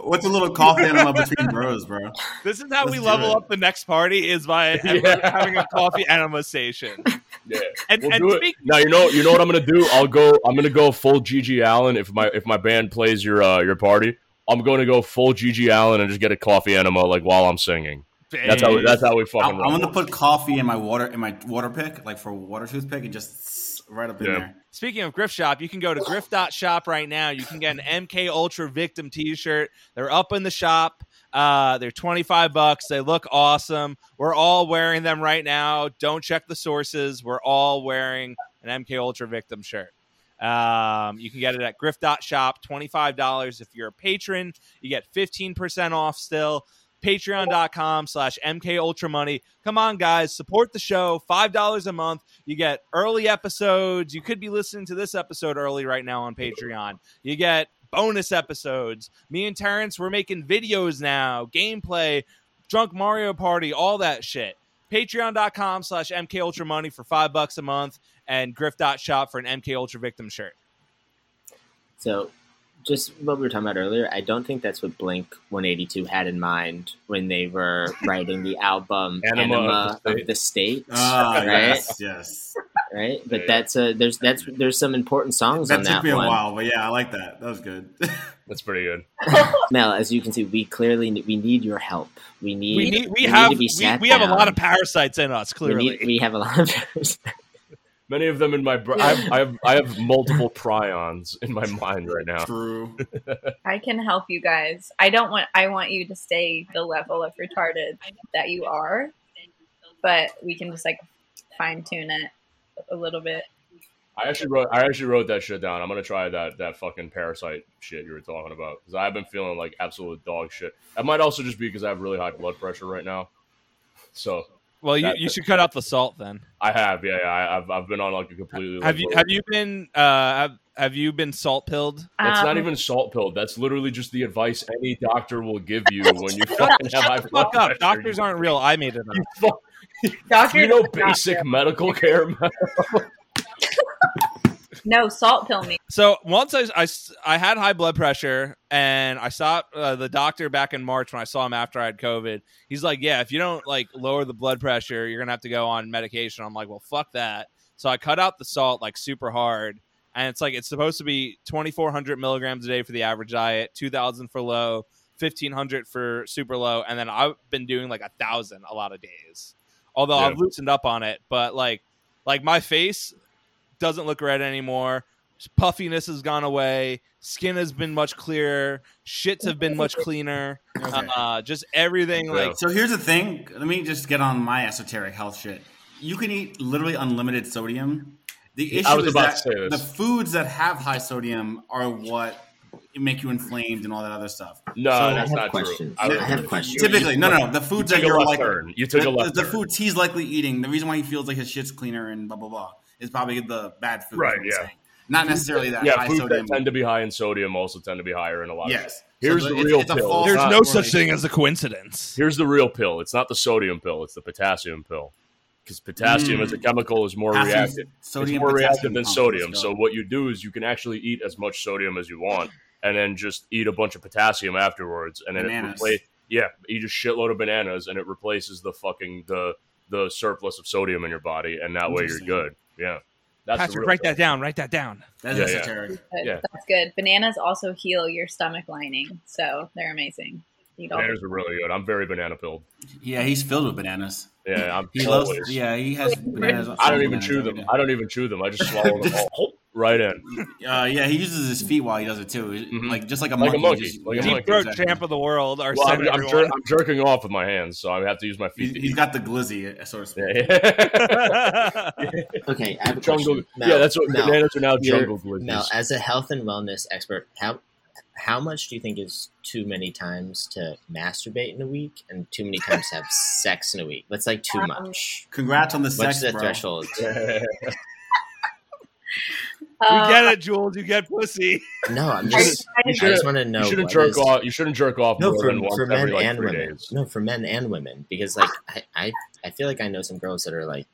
Speaker 4: what's a little cough enema between bros, bro?
Speaker 3: This is how
Speaker 4: Let's
Speaker 3: we
Speaker 4: do
Speaker 3: level
Speaker 4: it.
Speaker 3: up the next party is by ever
Speaker 5: Yeah.
Speaker 3: having a coffee enema station.
Speaker 5: yeah,
Speaker 3: And,
Speaker 5: we'll
Speaker 3: and
Speaker 5: do it.
Speaker 3: speak-
Speaker 5: Now you know you know what I'm gonna do. I'll go. I'm gonna go full GG Allen if my if my band plays your uh your party. I'm going to go full GG Allen and just get a coffee enema like while I'm singing. That's how we, that's how we
Speaker 4: I'm,
Speaker 5: fucking.
Speaker 4: I'm
Speaker 5: roll.
Speaker 4: gonna put coffee in my water in my water pick, like for water toothpick, and just right up in
Speaker 5: Yeah.
Speaker 4: there.
Speaker 3: Speaking of Grift Shop, you can go to grift.shop right now. You can get an MK Ultra Victim t-shirt. They're up in the shop. Uh, they're 25 bucks. They look awesome. We're all wearing them right now. Don't check the sources. We're all wearing an MK Ultra Victim shirt. Um, you can get it at grift.shop, $25. If you're a patron, you get 15% off still. Patreon.com slash MK Ultra Money. Come on, guys, support the show. $5 a month. You get early episodes. You could be listening to this episode early right now on Patreon. You get bonus episodes. Me and Terrence, we're making videos now, gameplay, drunk Mario Party, all that shit. Patreon.com slash MK Ultra Money for five bucks a month and grift.shop for an MK Ultra Victim shirt.
Speaker 6: So, just what we were talking about earlier, I don't think that's what Blink 182 had in mind when they were writing the album
Speaker 5: Anima
Speaker 6: Anima,
Speaker 5: of the
Speaker 6: of
Speaker 5: State.
Speaker 6: the State,
Speaker 4: Ah,
Speaker 6: Right.
Speaker 4: yes, yes.
Speaker 6: right? But
Speaker 5: Yeah.
Speaker 6: that's a there's that's there's some important songs
Speaker 4: That
Speaker 6: on
Speaker 4: took
Speaker 6: that
Speaker 4: me a
Speaker 6: one.
Speaker 4: while, but yeah, I like that. That was good.
Speaker 5: That's pretty good.
Speaker 6: Mel, as you can see, we clearly ne- we need your help. We need
Speaker 3: we need, we,
Speaker 6: need
Speaker 3: have
Speaker 6: to be
Speaker 3: we,
Speaker 6: sat
Speaker 3: we have a lot
Speaker 6: down.
Speaker 3: of parasites in us.
Speaker 6: we,
Speaker 3: Clearly,
Speaker 6: need, we have a lot of
Speaker 5: Many of them in my br- I, have, I have I have multiple prions in my mind right now.
Speaker 4: True.
Speaker 2: I can help you guys. I don't want I want you to stay the level of retarded that you are, but we can just like fine tune it a little bit.
Speaker 5: I actually wrote I actually wrote that shit down. I'm gonna try that that fucking parasite shit you were talking about because I've been feeling like absolute dog shit. That might also just be because I have really high blood pressure right now. So
Speaker 3: well, you,
Speaker 5: that-
Speaker 3: you should cut out the salt then.
Speaker 5: I have yeah, yeah I, I've I've been on like a completely
Speaker 3: Have you
Speaker 5: like,
Speaker 3: have you been uh have, have you been salt pilled?
Speaker 5: That's not
Speaker 2: Um,
Speaker 5: even salt pill. That's literally just the advice any doctor will give you when you fucking have high blood
Speaker 3: Fuck
Speaker 5: pressure.
Speaker 3: up. Doctors aren't real. I made it up.
Speaker 5: You fuck-
Speaker 2: doctor.
Speaker 5: you know
Speaker 2: doctor.
Speaker 5: basic medical care. man.
Speaker 2: No salt pill me.
Speaker 3: So once I, I, I had high blood pressure and I saw uh, the doctor back in March when I saw him after I had COVID. He's like, yeah, if you don't like lower the blood pressure, you're gonna have to go on medication. I'm like, well, fuck that. So I cut out the salt like super hard, and it's like it's supposed to be 2,400 milligrams a day for the average diet, 2,000 for low, 1,500 for super low, and then I've been doing like a thousand a lot of days. Although
Speaker 5: Yeah.
Speaker 3: I've loosened up on it, but like like my face doesn't look red anymore puffiness has gone away skin has been much clearer shits have been much cleaner
Speaker 4: Okay.
Speaker 3: uh, just everything
Speaker 5: Yeah.
Speaker 3: like
Speaker 4: So here's the thing. Let me just get on my esoteric health shit. You can eat literally unlimited sodium. The issue
Speaker 5: I was
Speaker 4: is
Speaker 5: about
Speaker 4: that
Speaker 5: to say this.
Speaker 4: the foods that have high sodium are what make you inflamed and all that other stuff. So-
Speaker 5: No, that's
Speaker 6: I have
Speaker 5: not
Speaker 6: questions.
Speaker 5: true. I
Speaker 6: I
Speaker 5: would-
Speaker 6: have questions.
Speaker 4: Typically, no, no, no. The foods
Speaker 5: took
Speaker 4: that
Speaker 5: a
Speaker 4: you're
Speaker 5: left
Speaker 4: like
Speaker 5: turn. You took a
Speaker 4: the,
Speaker 5: left
Speaker 4: the
Speaker 5: turn.
Speaker 4: foods he's likely eating. The reason why he feels like his shit's cleaner and blah blah blah is probably the bad food. is
Speaker 5: Right,
Speaker 4: what I'm
Speaker 5: yeah.
Speaker 4: saying. Not necessarily that
Speaker 5: yeah,
Speaker 4: high
Speaker 5: foods
Speaker 4: sodium.
Speaker 5: that tend to be high in sodium also tend to be higher in a lot. Of
Speaker 4: yes.
Speaker 5: Here's
Speaker 4: So
Speaker 5: the
Speaker 4: it's-
Speaker 5: real
Speaker 4: it's a
Speaker 5: pill.
Speaker 4: false
Speaker 3: there's no such
Speaker 4: correlation.
Speaker 3: thing as a coincidence
Speaker 5: Here's the real pill. It's not the sodium pill. It's the potassium pill. Because potassium
Speaker 4: Mm.
Speaker 5: as a chemical is more
Speaker 4: Potassium-
Speaker 5: reactive. It's
Speaker 4: sodium,
Speaker 5: more reactive
Speaker 4: potassium
Speaker 5: than
Speaker 4: pump.
Speaker 5: sodium.
Speaker 4: Let's
Speaker 5: So
Speaker 4: go.
Speaker 5: what you do is you can actually eat as much sodium as you want, and then just eat a bunch of potassium afterwards, and then
Speaker 4: Bananas.
Speaker 5: it replace. Yeah, eat a shitload of bananas, and it replaces the fucking the the surplus of sodium in your body, and that way you're
Speaker 4: Interesting.
Speaker 5: good. Yeah, that's the
Speaker 3: patrick
Speaker 5: real
Speaker 3: write
Speaker 5: pill.
Speaker 3: that down write that down
Speaker 4: that's
Speaker 5: Yeah, yeah.
Speaker 4: esoteric.
Speaker 2: But
Speaker 5: Yeah.
Speaker 2: That's good. Bananas also heal your stomach lining, so they're amazing. Eat all
Speaker 5: Bananas are really good. I'm very banana pilled.
Speaker 4: Yeah, he's filled with bananas.
Speaker 5: Yeah, I'm
Speaker 4: He
Speaker 5: always.
Speaker 4: loves. Yeah, he has bananas.
Speaker 5: I don't even
Speaker 4: bananas
Speaker 5: chew
Speaker 4: every
Speaker 5: them.
Speaker 4: day.
Speaker 5: I don't even chew them. I just swallow them all right in.
Speaker 4: Uh, yeah, he uses his feet while he does it too, like just like a
Speaker 5: Mm-hmm. Like
Speaker 4: monkey.
Speaker 5: a monkey.
Speaker 4: Just-
Speaker 5: Like a
Speaker 4: yeah,
Speaker 5: monkey,
Speaker 3: deep throat
Speaker 4: exactly.
Speaker 3: champ of the world or
Speaker 5: Well, I'm,
Speaker 3: send
Speaker 5: I'm, jer-
Speaker 3: everyone.
Speaker 5: I'm jerking off with my hands, so I have to use my
Speaker 4: He's,
Speaker 5: feet. to
Speaker 4: he's
Speaker 5: eat.
Speaker 4: got the glizzy, uh, so to speak.
Speaker 6: Okay, I have a
Speaker 5: jungle.
Speaker 6: question. Mel,
Speaker 5: yeah, that's what
Speaker 6: Mel,
Speaker 5: bananas are now.
Speaker 6: you're-
Speaker 5: Jungle glitches.
Speaker 6: Mel, as a health and wellness expert, how how much do you think is too many times to masturbate in a week and too many times to have sex in a week? That's like too
Speaker 2: Um,
Speaker 6: much.
Speaker 4: Congrats on the
Speaker 6: What's
Speaker 4: sex,
Speaker 6: the
Speaker 4: bro.
Speaker 6: threshold?
Speaker 3: you
Speaker 2: Uh,
Speaker 3: get it jules you get pussy
Speaker 6: No, I'm
Speaker 5: You
Speaker 6: just.
Speaker 2: I
Speaker 6: I
Speaker 5: should've-
Speaker 6: just want to know.
Speaker 5: you shouldn't
Speaker 6: what
Speaker 5: jerk
Speaker 6: is-
Speaker 5: off. You shouldn't jerk off
Speaker 6: No,
Speaker 5: more
Speaker 6: for,
Speaker 5: than once
Speaker 6: for men
Speaker 5: every like
Speaker 6: and
Speaker 5: three
Speaker 6: women.
Speaker 5: days.
Speaker 6: No, for men and women, because like I, I, I feel like I know some girls that are like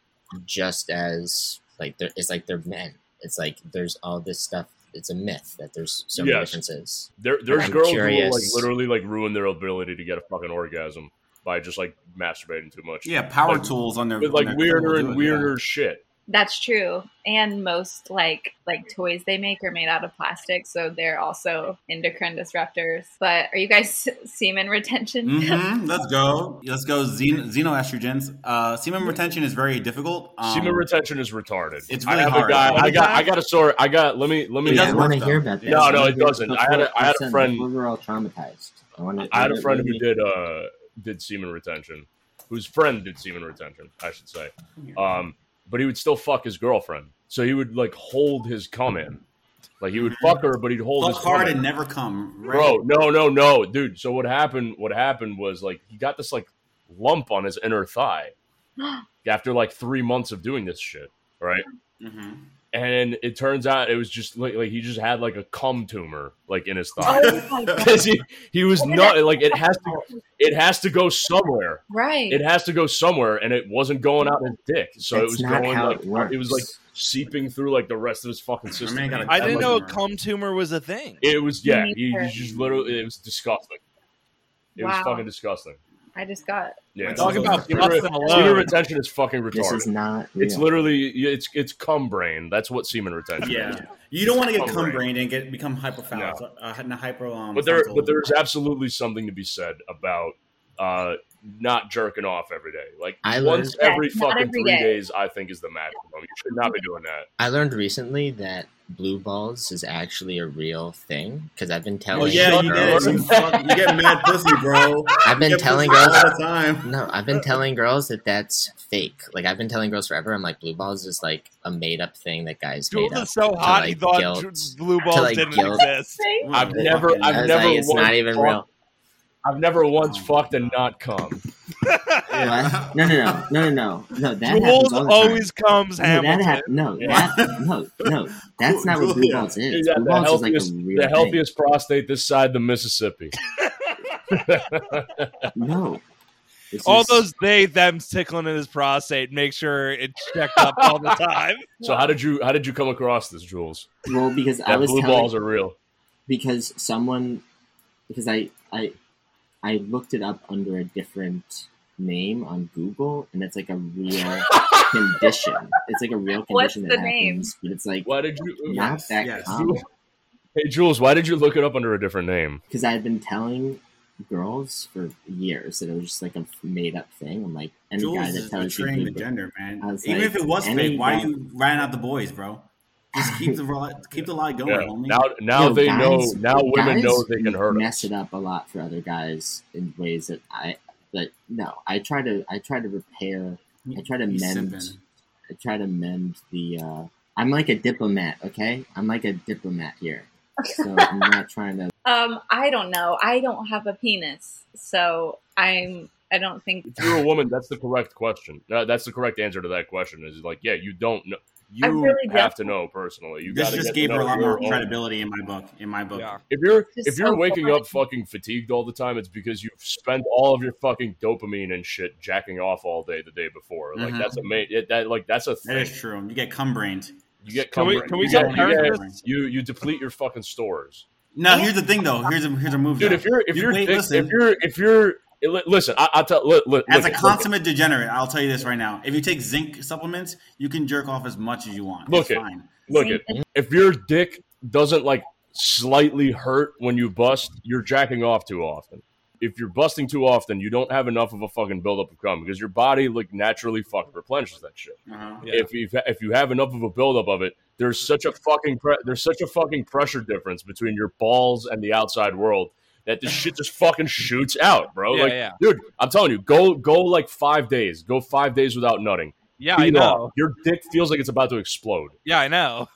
Speaker 6: just as like they're, it's like they're men. It's like there's all this stuff. It's a myth that there's so many
Speaker 5: Yes.
Speaker 6: differences.
Speaker 5: There, there's
Speaker 6: I'm
Speaker 5: girls who will, like
Speaker 6: curious.
Speaker 5: literally like ruin their ability to get a fucking orgasm by just like masturbating too much.
Speaker 4: Yeah, power
Speaker 5: Like-
Speaker 4: tools on their
Speaker 5: With
Speaker 4: on
Speaker 5: like
Speaker 4: their
Speaker 5: weirder
Speaker 4: tools,
Speaker 5: and
Speaker 4: dude,
Speaker 5: weirder shit.
Speaker 2: That's true. And most like like toys they make are made out of plastic, so they're also endocrine disruptors. But are you guys semen retention?
Speaker 5: Mm-hmm.
Speaker 4: hmm Let's go. Let's go. Xen- xenoestrogens. Uh, semen retention is very difficult. Um,
Speaker 5: Semen retention is retarded.
Speaker 4: it's
Speaker 5: I
Speaker 4: really
Speaker 5: have
Speaker 4: hard.
Speaker 5: a guy.
Speaker 4: One
Speaker 5: I got.
Speaker 4: time-
Speaker 5: I got a story. I got. Let me. Let me.
Speaker 4: It
Speaker 6: Yeah, I
Speaker 4: doesn't
Speaker 6: want to
Speaker 4: work,
Speaker 6: hear
Speaker 4: though.
Speaker 6: about that.
Speaker 5: No,
Speaker 6: I wanna
Speaker 5: no, it
Speaker 6: hear-
Speaker 5: doesn't. I had a- I had a
Speaker 6: before-
Speaker 5: friend-
Speaker 6: Before we're all traumatized. I, wanna,
Speaker 5: I had a friend who did uh did semen retention, whose friend did semen retention, I should say. Um, but he would still fuck his girlfriend, so he would like hold his cum in, like he would fuck her, but he'd hold
Speaker 4: Fuck
Speaker 5: his cum
Speaker 4: hard
Speaker 5: in.
Speaker 4: and never come. Right?
Speaker 5: Bro, no, no, no, dude. So what happened? What happened was like he got this like lump on his inner thigh after like three months of doing this shit, right?
Speaker 4: Mhm.
Speaker 5: and it turns out it was just like, like he just had like a cum tumor like in his thigh
Speaker 2: Oh my god!
Speaker 5: because he, he was not like it has to it has to go somewhere
Speaker 2: Right.
Speaker 5: it has to go somewhere and it wasn't going out his dick so it
Speaker 6: That's
Speaker 5: was
Speaker 6: not
Speaker 5: going
Speaker 6: how
Speaker 5: like
Speaker 6: it works.
Speaker 5: it was like seeping through like the rest of his fucking system
Speaker 4: man got a
Speaker 3: I didn't know a
Speaker 4: Tumor.
Speaker 3: cum tumor was a thing.
Speaker 5: it was yeah
Speaker 2: Me
Speaker 5: he,
Speaker 2: neither.
Speaker 5: he just literally it was disgusting it was
Speaker 2: Wow.
Speaker 5: fucking disgusting
Speaker 2: I just got.
Speaker 5: yeah
Speaker 4: Talk about
Speaker 5: Tumor-
Speaker 3: busting alone.
Speaker 5: tumor retention is fucking
Speaker 6: This
Speaker 5: retarded
Speaker 6: is not. Real.
Speaker 5: it's literally it's it's cum brain. That's what semen retention. is.
Speaker 4: Yeah, Oh, you don't want to get
Speaker 5: Cum brain.
Speaker 4: cum brained and get become hypophallic, uh, hy- hypo. Um,
Speaker 5: But there
Speaker 4: frontal.
Speaker 5: but there's absolutely something to be said about uh not jerking off every day. Like
Speaker 6: I
Speaker 5: once
Speaker 2: learned-
Speaker 5: every
Speaker 2: Yeah, not
Speaker 5: fucking
Speaker 2: every
Speaker 5: three
Speaker 2: day.
Speaker 5: days, I think is the maximum. You should not be doing that.
Speaker 6: I learned recently that blue balls is actually a real thing because I've been telling.
Speaker 4: Oh yeah,
Speaker 5: Shut
Speaker 4: you
Speaker 5: up.
Speaker 4: get,
Speaker 6: girls,
Speaker 4: you, fuck, you get mad pussy, bro.
Speaker 6: I've
Speaker 4: You
Speaker 6: been
Speaker 4: get
Speaker 6: telling
Speaker 4: pussy
Speaker 6: girls.
Speaker 4: all the time.
Speaker 6: No, I've been telling girls that that's fake. Like I've been telling girls forever. I'm like, blue balls is like a made up thing that guys
Speaker 3: Jules
Speaker 6: made up.
Speaker 3: is so hot he
Speaker 6: like,
Speaker 3: thought
Speaker 6: guilt.
Speaker 3: Ju- blue balls
Speaker 6: like,
Speaker 3: didn't
Speaker 6: guilt.
Speaker 3: exist.
Speaker 5: I've never
Speaker 6: I
Speaker 5: I've
Speaker 6: was
Speaker 5: never
Speaker 6: like, it's
Speaker 5: once
Speaker 6: not even
Speaker 5: fucked-
Speaker 6: real.
Speaker 5: I've never once
Speaker 4: Oh.
Speaker 5: fucked and not cum.
Speaker 4: Yeah.
Speaker 6: What? No, no, no, no, no, no, no. That
Speaker 3: Jules
Speaker 6: happens all the time.
Speaker 3: always comes
Speaker 6: No,
Speaker 3: Hamilton.
Speaker 6: that hap- no,
Speaker 4: Yeah.
Speaker 6: that no, no. That's not what blue
Speaker 4: Julia.
Speaker 6: balls
Speaker 5: He's
Speaker 6: is.
Speaker 5: got
Speaker 6: Blue
Speaker 5: the
Speaker 6: balls is like
Speaker 5: healthiest-
Speaker 6: a real
Speaker 5: The
Speaker 6: thing.
Speaker 5: healthiest prostate this side the Mississippi.
Speaker 6: No, This
Speaker 3: all
Speaker 6: is-
Speaker 3: those they them tickling in his prostate. Make sure it's checked up all the time.
Speaker 5: So how did you how did you come across this, Jules?
Speaker 6: well because I
Speaker 5: That
Speaker 6: was
Speaker 5: blue
Speaker 6: telling
Speaker 5: balls are real.
Speaker 6: because someone because I I I looked it up under a different name on Google and it's like a real condition. It's like a real
Speaker 2: What's
Speaker 6: condition
Speaker 2: the
Speaker 6: that
Speaker 2: name?
Speaker 6: happens, but it's like
Speaker 5: Why did you
Speaker 6: not
Speaker 4: Yes,
Speaker 6: that
Speaker 4: yes.
Speaker 6: common.
Speaker 5: Hey Jules, why did you look it up under a different name?
Speaker 6: because I've been telling girls for years that it was just like a made up thing. I'm like any guy
Speaker 4: Jules
Speaker 6: that
Speaker 4: is
Speaker 6: tells you
Speaker 4: betraying the
Speaker 6: blue balls-
Speaker 4: gender, man.
Speaker 6: I was
Speaker 4: Even
Speaker 6: like,
Speaker 4: if it was
Speaker 6: any
Speaker 4: fake, why
Speaker 6: guy-
Speaker 4: are you ratting out the boys, bro? Just keep the ri- keep the lie going,
Speaker 5: Yeah.
Speaker 4: homie.
Speaker 5: Now, now
Speaker 6: Yo,
Speaker 5: they
Speaker 6: guys-
Speaker 5: know. Now women
Speaker 6: guys
Speaker 5: know they can hurt us.
Speaker 6: mess it up a lot for other guys in ways that I that no, I try to I try to repair I try to
Speaker 4: He's
Speaker 6: mend
Speaker 4: simping.
Speaker 6: I try to mend the uh I'm like a diplomat, okay? I'm like a diplomat here. So I'm not trying to
Speaker 2: Um, I don't know. I don't have a penis, so I'm. I don't think.
Speaker 5: If you're a woman, that's the correct question. Uh, that's the correct answer to that question. Is like, yeah, you don't know.
Speaker 2: I
Speaker 5: You
Speaker 2: really
Speaker 5: have to know personally. You
Speaker 4: This
Speaker 5: gotta
Speaker 4: just
Speaker 5: get
Speaker 4: gave
Speaker 5: to
Speaker 4: her a
Speaker 5: know
Speaker 4: lot more
Speaker 5: your own-
Speaker 4: credibility in my book. In my book,
Speaker 3: Yeah.
Speaker 5: If you're
Speaker 2: Just
Speaker 5: if you're
Speaker 2: so
Speaker 5: waking
Speaker 2: boring.
Speaker 5: up fucking fatigued all the time, it's because you've spent all of your fucking dopamine and shit jacking off all day the day before. Like
Speaker 4: Mhm.
Speaker 5: that's a main it, that like that's a
Speaker 4: that
Speaker 5: thing.
Speaker 4: is true. You get cum brained.
Speaker 5: You get
Speaker 3: Can we-
Speaker 5: cumbered.
Speaker 3: can we
Speaker 5: you, get-
Speaker 3: talk
Speaker 5: you,
Speaker 3: about
Speaker 5: get-
Speaker 4: this?
Speaker 5: you you deplete your fucking stores.
Speaker 4: Now here's the thing, though. Here's a here's a move,
Speaker 5: Dude,
Speaker 4: though.
Speaker 5: if you're if
Speaker 4: You-
Speaker 5: you're
Speaker 4: wait,
Speaker 5: dick-
Speaker 4: listen.
Speaker 5: if you're if you're li- listen, I, I'll tell. Look, look,
Speaker 4: As a
Speaker 5: look-
Speaker 4: consummate degenerate, I'll tell you this right now. If you take zinc supplements, you can jerk off as much as you want.
Speaker 5: Look
Speaker 4: it's
Speaker 5: it.
Speaker 4: fine.
Speaker 5: look at if your dick doesn't like slightly hurt when you bust, you're jacking off too often. If you're busting too often, you don't have enough of a fucking buildup of cum because your body like naturally fucking replenishes that shit.
Speaker 4: Uh-huh.
Speaker 3: Yeah.
Speaker 5: If you if you have enough of a buildup of it, there's such a fucking pre- there's such a fucking pressure difference between your balls and the outside world that this shit just fucking shoots out, bro.
Speaker 3: Yeah,
Speaker 5: like,
Speaker 3: yeah.
Speaker 5: dude, I'm telling you, go go like five days, go five days without nutting.
Speaker 3: Yeah, I
Speaker 5: Beat
Speaker 3: know.
Speaker 5: off. Your dick feels like it's about to explode.
Speaker 3: Yeah, I know.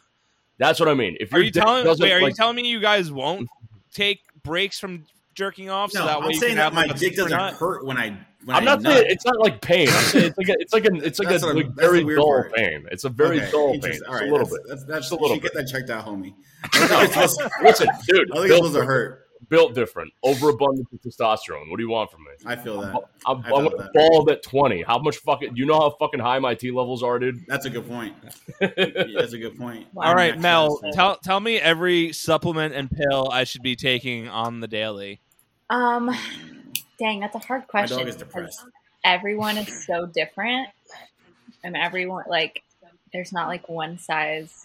Speaker 5: That's what I mean. If
Speaker 3: Are
Speaker 5: your
Speaker 3: you
Speaker 5: dick
Speaker 3: telling?
Speaker 5: doesn't,
Speaker 3: Wait, are
Speaker 5: like,
Speaker 3: you telling me you guys won't take breaks from jerking off? so
Speaker 4: No,
Speaker 3: that way
Speaker 4: I'm
Speaker 3: you
Speaker 4: saying
Speaker 3: can
Speaker 4: that
Speaker 3: have
Speaker 4: my
Speaker 3: enough
Speaker 4: dick
Speaker 3: for
Speaker 4: doesn't
Speaker 3: nut?
Speaker 4: hurt when I when
Speaker 5: I'm
Speaker 4: I
Speaker 5: not
Speaker 4: nut.
Speaker 5: saying it's not like pain. I'm saying it's like a, it's like an it's like
Speaker 4: That's
Speaker 5: a
Speaker 4: what I'm-
Speaker 5: like
Speaker 4: that's
Speaker 5: very
Speaker 4: the weird
Speaker 5: dull
Speaker 4: part.
Speaker 5: pain. It's a very
Speaker 4: Okay,
Speaker 5: dull pain.
Speaker 4: interesting.
Speaker 5: It's
Speaker 4: All right,
Speaker 5: a little
Speaker 4: that's,
Speaker 5: bit.
Speaker 4: That's, that's
Speaker 5: Just a little
Speaker 4: you should get that checked out, homie.
Speaker 5: No,
Speaker 4: I think it's supposed-
Speaker 5: Listen, dude,
Speaker 4: I think it's
Speaker 5: built,
Speaker 4: supposed to hurt.
Speaker 5: built different, overabundance of testosterone. What do you want from me?
Speaker 4: I feel that.
Speaker 5: I'm,
Speaker 4: I
Speaker 5: I'm
Speaker 4: felt that.
Speaker 5: bald at 20. How much fucking? You know how fucking high my T levels are, dude.
Speaker 4: That's a good point. That's a good point.
Speaker 2: Wow.
Speaker 3: All
Speaker 4: I'm
Speaker 3: right,
Speaker 4: not
Speaker 3: Mel,
Speaker 4: sure.
Speaker 3: tell tell me every supplement and pill I should be taking on the daily.
Speaker 2: Um, dang, that's a hard
Speaker 4: My
Speaker 2: question.
Speaker 4: dog is
Speaker 2: because
Speaker 4: depressed.
Speaker 2: Everyone is so different, and everyone like there's not like one size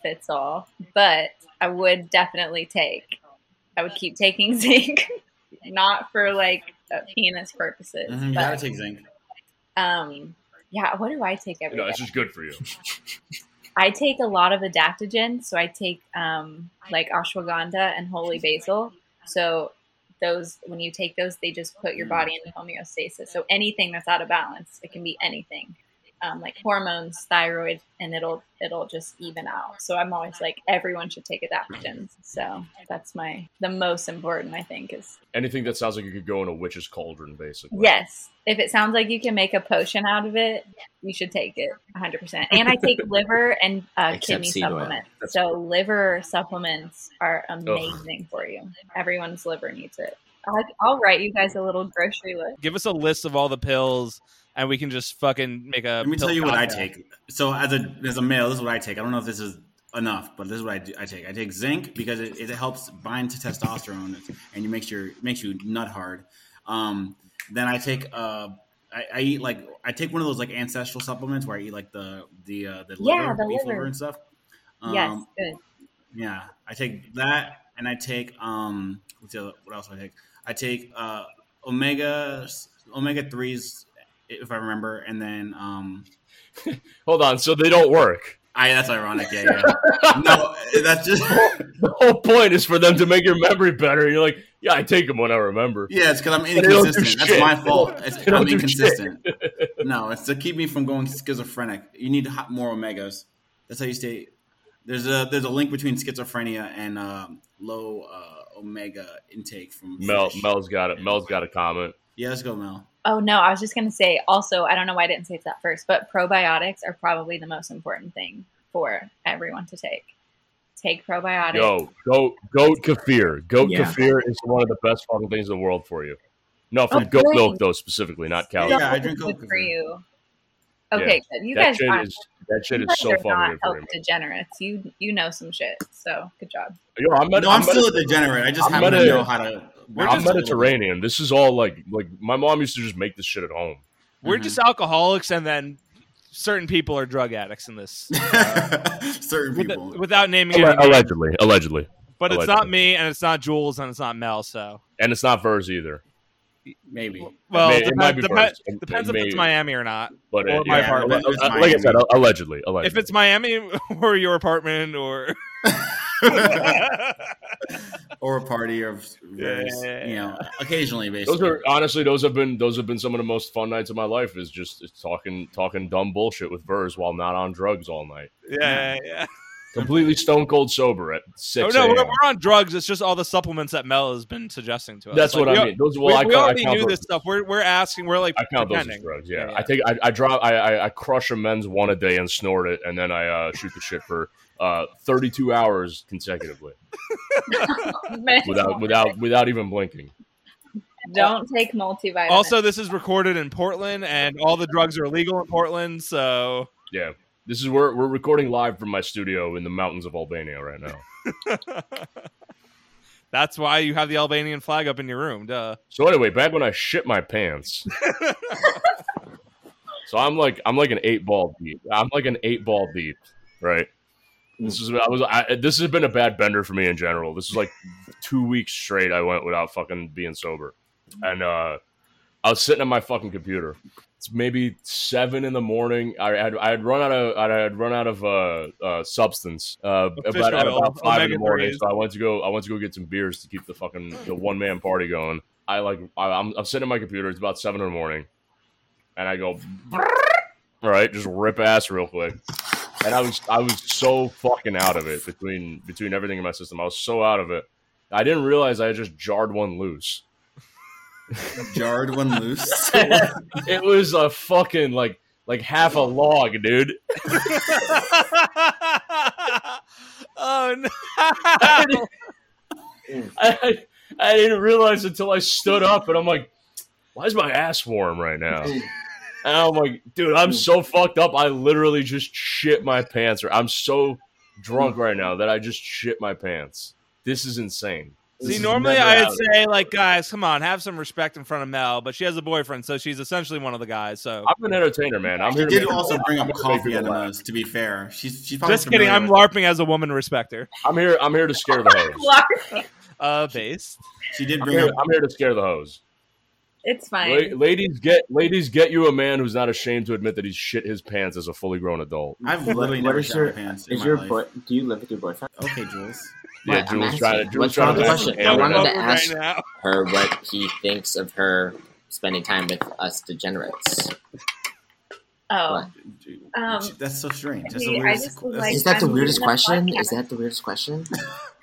Speaker 2: fits all. But I would definitely take. I would keep taking zinc, not for like uh, penis purposes,
Speaker 4: Mhm, you gotta
Speaker 2: but
Speaker 4: take zinc.
Speaker 2: um, yeah. What do I take every
Speaker 5: You know,
Speaker 2: day?
Speaker 5: it's just good for you.
Speaker 2: I take a lot of adaptogens. So I take um, like ashwagandha and holy basil. So those, when you take those, they just put your body into homeostasis. So anything that's out of balance, it can be anything. um, like hormones, thyroid, and it'll it'll just even out. So I'm always like everyone should take adaptogens. So that's my the most important I think is
Speaker 5: Anything that sounds like you could go in a witch's cauldron, basically.
Speaker 2: yes. If it sounds like you can make a potion out of it, you should take it 100. percent And I take liver and uh,
Speaker 6: Except
Speaker 2: kidney
Speaker 6: seed oil.
Speaker 2: supplements. So liver supplements are amazing for you. Everyone's liver needs it. I'll, I'll write you guys a little grocery list.
Speaker 3: Give us a list of all the pills, and we can just fucking make a.
Speaker 4: Let me
Speaker 3: pill
Speaker 4: tell you what I
Speaker 3: cocktail.
Speaker 4: take. So as a as a male, this is what I take. I don't know if this is enough, but this is what I, do, I take. I take zinc because it, it helps bind to testosterone and it makes your makes you nut hard. Um, then I take uh, I, I eat like I take one of those like ancestral supplements where I eat like the the uh, the
Speaker 2: Yeah,
Speaker 4: liver,
Speaker 2: the
Speaker 4: beef
Speaker 2: liver.
Speaker 4: liver and stuff. Um,
Speaker 5: Um,
Speaker 2: yes, good.
Speaker 4: Yeah, I take that, and I take um, what's the other, what else do I take? I take uh, omega omega threes, if I remember, and then um,
Speaker 5: Hold on, so they don't work.
Speaker 4: I that's ironic, yeah, yeah. no, that's just
Speaker 5: The whole point is for them to make your memory better. You're like, yeah, I take them when I remember.
Speaker 4: yeah, it's because I'm
Speaker 5: they don't do
Speaker 4: inconsistent. That's
Speaker 5: shit.
Speaker 4: my fault. It's,
Speaker 5: They don't
Speaker 4: I'm
Speaker 5: do
Speaker 4: inconsistent. no, it's to keep me from going schizophrenic. You need hot- more omegas. That's how you stay. There's a there's a link between schizophrenia and um, low uh, omega intake from
Speaker 5: Mel,
Speaker 4: fish.
Speaker 5: Mel's got it. Mel's got a comment.
Speaker 4: Yeah, let's go, Mel.
Speaker 2: Oh no, I was just gonna say also, I don't know why I didn't say that first, but probiotics are probably the most important thing for everyone to take. Take probiotics.
Speaker 5: Yo, goat, goat kefir. Goat
Speaker 6: Yeah.
Speaker 5: kefir is one of the best fucking things in the world for you. No, from
Speaker 2: Oh,
Speaker 5: goat
Speaker 2: great.
Speaker 5: milk though, specifically, not cow.
Speaker 2: Don't
Speaker 5: milk.
Speaker 4: Yeah, I
Speaker 2: look
Speaker 4: drink
Speaker 2: good
Speaker 4: Coke.
Speaker 2: for you. Okay, good. you
Speaker 5: that
Speaker 2: guys
Speaker 5: shit
Speaker 2: aren't-
Speaker 5: is that shit
Speaker 2: you
Speaker 5: is
Speaker 2: guys
Speaker 5: so
Speaker 2: are
Speaker 5: fucking
Speaker 2: not
Speaker 5: good for
Speaker 2: health
Speaker 5: me.
Speaker 2: degenerates. You you know some shit, so good job.
Speaker 5: Yo, I'm, med-
Speaker 4: no, I'm,
Speaker 5: I'm
Speaker 4: still
Speaker 5: med-
Speaker 4: a degenerate. I just
Speaker 5: I'm
Speaker 4: happen
Speaker 5: meta-
Speaker 4: to know how to.
Speaker 5: I'm Mediterranean. This is all like like my mom used to just make this shit at home.
Speaker 3: We're
Speaker 4: Mhm.
Speaker 3: just alcoholics, and then certain people are drug addicts in this,
Speaker 4: Certain
Speaker 3: with-
Speaker 4: people.
Speaker 3: without naming any names.
Speaker 5: Allegedly, allegedly,
Speaker 3: But it's
Speaker 5: allegedly.
Speaker 3: not me, and it's not Jules, and it's not Mel. So,
Speaker 5: and it's not vers either.
Speaker 4: Maybe.
Speaker 3: well,
Speaker 5: May- it
Speaker 3: depen-
Speaker 5: might be
Speaker 3: depen-
Speaker 5: vers. It-
Speaker 3: depends
Speaker 5: it
Speaker 3: if
Speaker 5: may-
Speaker 3: it's Miami or not.
Speaker 5: but
Speaker 3: or
Speaker 5: it-
Speaker 3: my
Speaker 5: yeah,
Speaker 3: apartment.
Speaker 5: ale-
Speaker 4: It's
Speaker 5: uh, like I said,
Speaker 4: Miami.
Speaker 5: allegedly, allegedly.
Speaker 3: If it's Miami or your apartment, or
Speaker 4: or a party of various,
Speaker 3: Yeah.
Speaker 4: you know, occasionally,
Speaker 5: those
Speaker 4: basically.
Speaker 5: are honestly those have been those have been some of the most fun nights of my life is just it's talking talking dumb bullshit with Vers while not on drugs all night.
Speaker 3: yeah, yeah, yeah.
Speaker 5: Completely stone cold sober at
Speaker 3: Oh
Speaker 5: six.
Speaker 3: no, we're,
Speaker 5: a.m..
Speaker 3: we're on drugs. It's just all the supplements that Mel has been suggesting to us.
Speaker 5: That's
Speaker 3: Like,
Speaker 5: what
Speaker 3: we
Speaker 5: I
Speaker 3: al-
Speaker 5: mean. Those
Speaker 3: we,
Speaker 5: well, I,
Speaker 3: we
Speaker 5: count- I
Speaker 3: already
Speaker 5: count
Speaker 3: knew
Speaker 5: those-
Speaker 3: this stuff. We're we're asking. We're like
Speaker 5: I count those as
Speaker 3: pretending.
Speaker 5: drugs. Yeah,
Speaker 3: Yeah,
Speaker 5: I think I, I drop. I, I I crush a men's one a day and snort it, and then I uh, shoot the shit for uh, thirty two hours consecutively
Speaker 2: Man,
Speaker 5: without without without even blinking.
Speaker 2: don't take multivitamins.
Speaker 3: Also, this is recorded in Portland, and all the drugs are illegal in Portland. So,
Speaker 5: Yeah, this is where we're recording live from my studio in the mountains of Albania right now.
Speaker 3: that's why you have the Albanian flag up in your room. Duh.
Speaker 5: So anyway, back when I shit my pants. so I'm like I'm like an eight ball deep. I'm like an eight ball deep, right? This is I was I, this has been a bad bender for me in general. This is like two weeks straight I went without fucking being sober, and uh, I was sitting at my fucking computer. It's maybe seven in the morning. I had I had run out of I had run out of uh, uh, substance uh,
Speaker 3: Fish
Speaker 5: about, at
Speaker 3: oil,
Speaker 5: about five in the
Speaker 3: omega
Speaker 5: morning.
Speaker 3: threes.
Speaker 5: So I went to go I went to go get some beers to keep the fucking the one man party going. I like I, I'm, I'm sitting at my computer. It's about seven in the morning, and I go, all right, just rip ass real quick. And I was I was so fucking out of it between between everything in my system. I was so out of it. I didn't realize I had just jarred one loose.
Speaker 4: Jarred one loose.
Speaker 5: It was a fucking like like half a log, dude.
Speaker 3: oh no!
Speaker 5: I, I, I didn't realize until I stood up and I'm like, why is my ass warm right now? And I'm like, dude, I'm so fucked up. I literally just shit my pants. Or I'm so drunk right now that I just shit my pants. This is insane. This
Speaker 3: See,
Speaker 5: is
Speaker 3: normally
Speaker 5: never
Speaker 3: I'd
Speaker 5: out.
Speaker 3: say like, guys, come on, have some respect in front of Mel, but she has a boyfriend, so she's essentially one of the guys. So,
Speaker 5: I'm an entertainer, man. I'm
Speaker 4: She
Speaker 5: here. To
Speaker 4: did
Speaker 5: make,
Speaker 4: also bring up
Speaker 5: I'm here to make
Speaker 4: coffee
Speaker 5: people laugh.
Speaker 4: enemas, to be fair. She's, she's probably
Speaker 3: just kidding. I'm
Speaker 4: familiar with-
Speaker 3: larping as a woman respecter.
Speaker 5: I'm here. I'm here to scare the hose.
Speaker 3: Uh, based.
Speaker 4: She did
Speaker 5: I'm
Speaker 4: bring
Speaker 5: here,
Speaker 4: up.
Speaker 5: I'm here to scare the hose.
Speaker 2: it's fine.
Speaker 5: La- ladies, get ladies, get you a man who's not ashamed to admit that he's shit his pants as a fully grown adult.
Speaker 4: I've literally
Speaker 6: What
Speaker 4: never
Speaker 6: is
Speaker 4: shot
Speaker 6: your-
Speaker 4: my pants in
Speaker 6: Is
Speaker 4: my
Speaker 6: your
Speaker 4: life.
Speaker 6: boy? Do you live with your boyfriend?
Speaker 4: Okay, Jules.
Speaker 5: Yeah,
Speaker 6: What? I'm
Speaker 5: Jules trying to
Speaker 6: asking.
Speaker 5: Jules
Speaker 6: What's
Speaker 5: trying
Speaker 6: wrong
Speaker 5: to
Speaker 6: with
Speaker 5: ask
Speaker 6: the question?
Speaker 5: Anna
Speaker 6: I wanted
Speaker 5: now.
Speaker 6: to ask-
Speaker 3: right now.
Speaker 6: Her what he thinks of her spending time with us degenerates.
Speaker 2: Oh, um,
Speaker 4: That's so strange. That's the
Speaker 2: I
Speaker 4: weirdest-
Speaker 2: just was
Speaker 4: that's-
Speaker 6: Is that the
Speaker 2: I'm
Speaker 6: weirdest
Speaker 2: doing a
Speaker 6: question? Is
Speaker 2: podcast.
Speaker 6: that the weirdest question?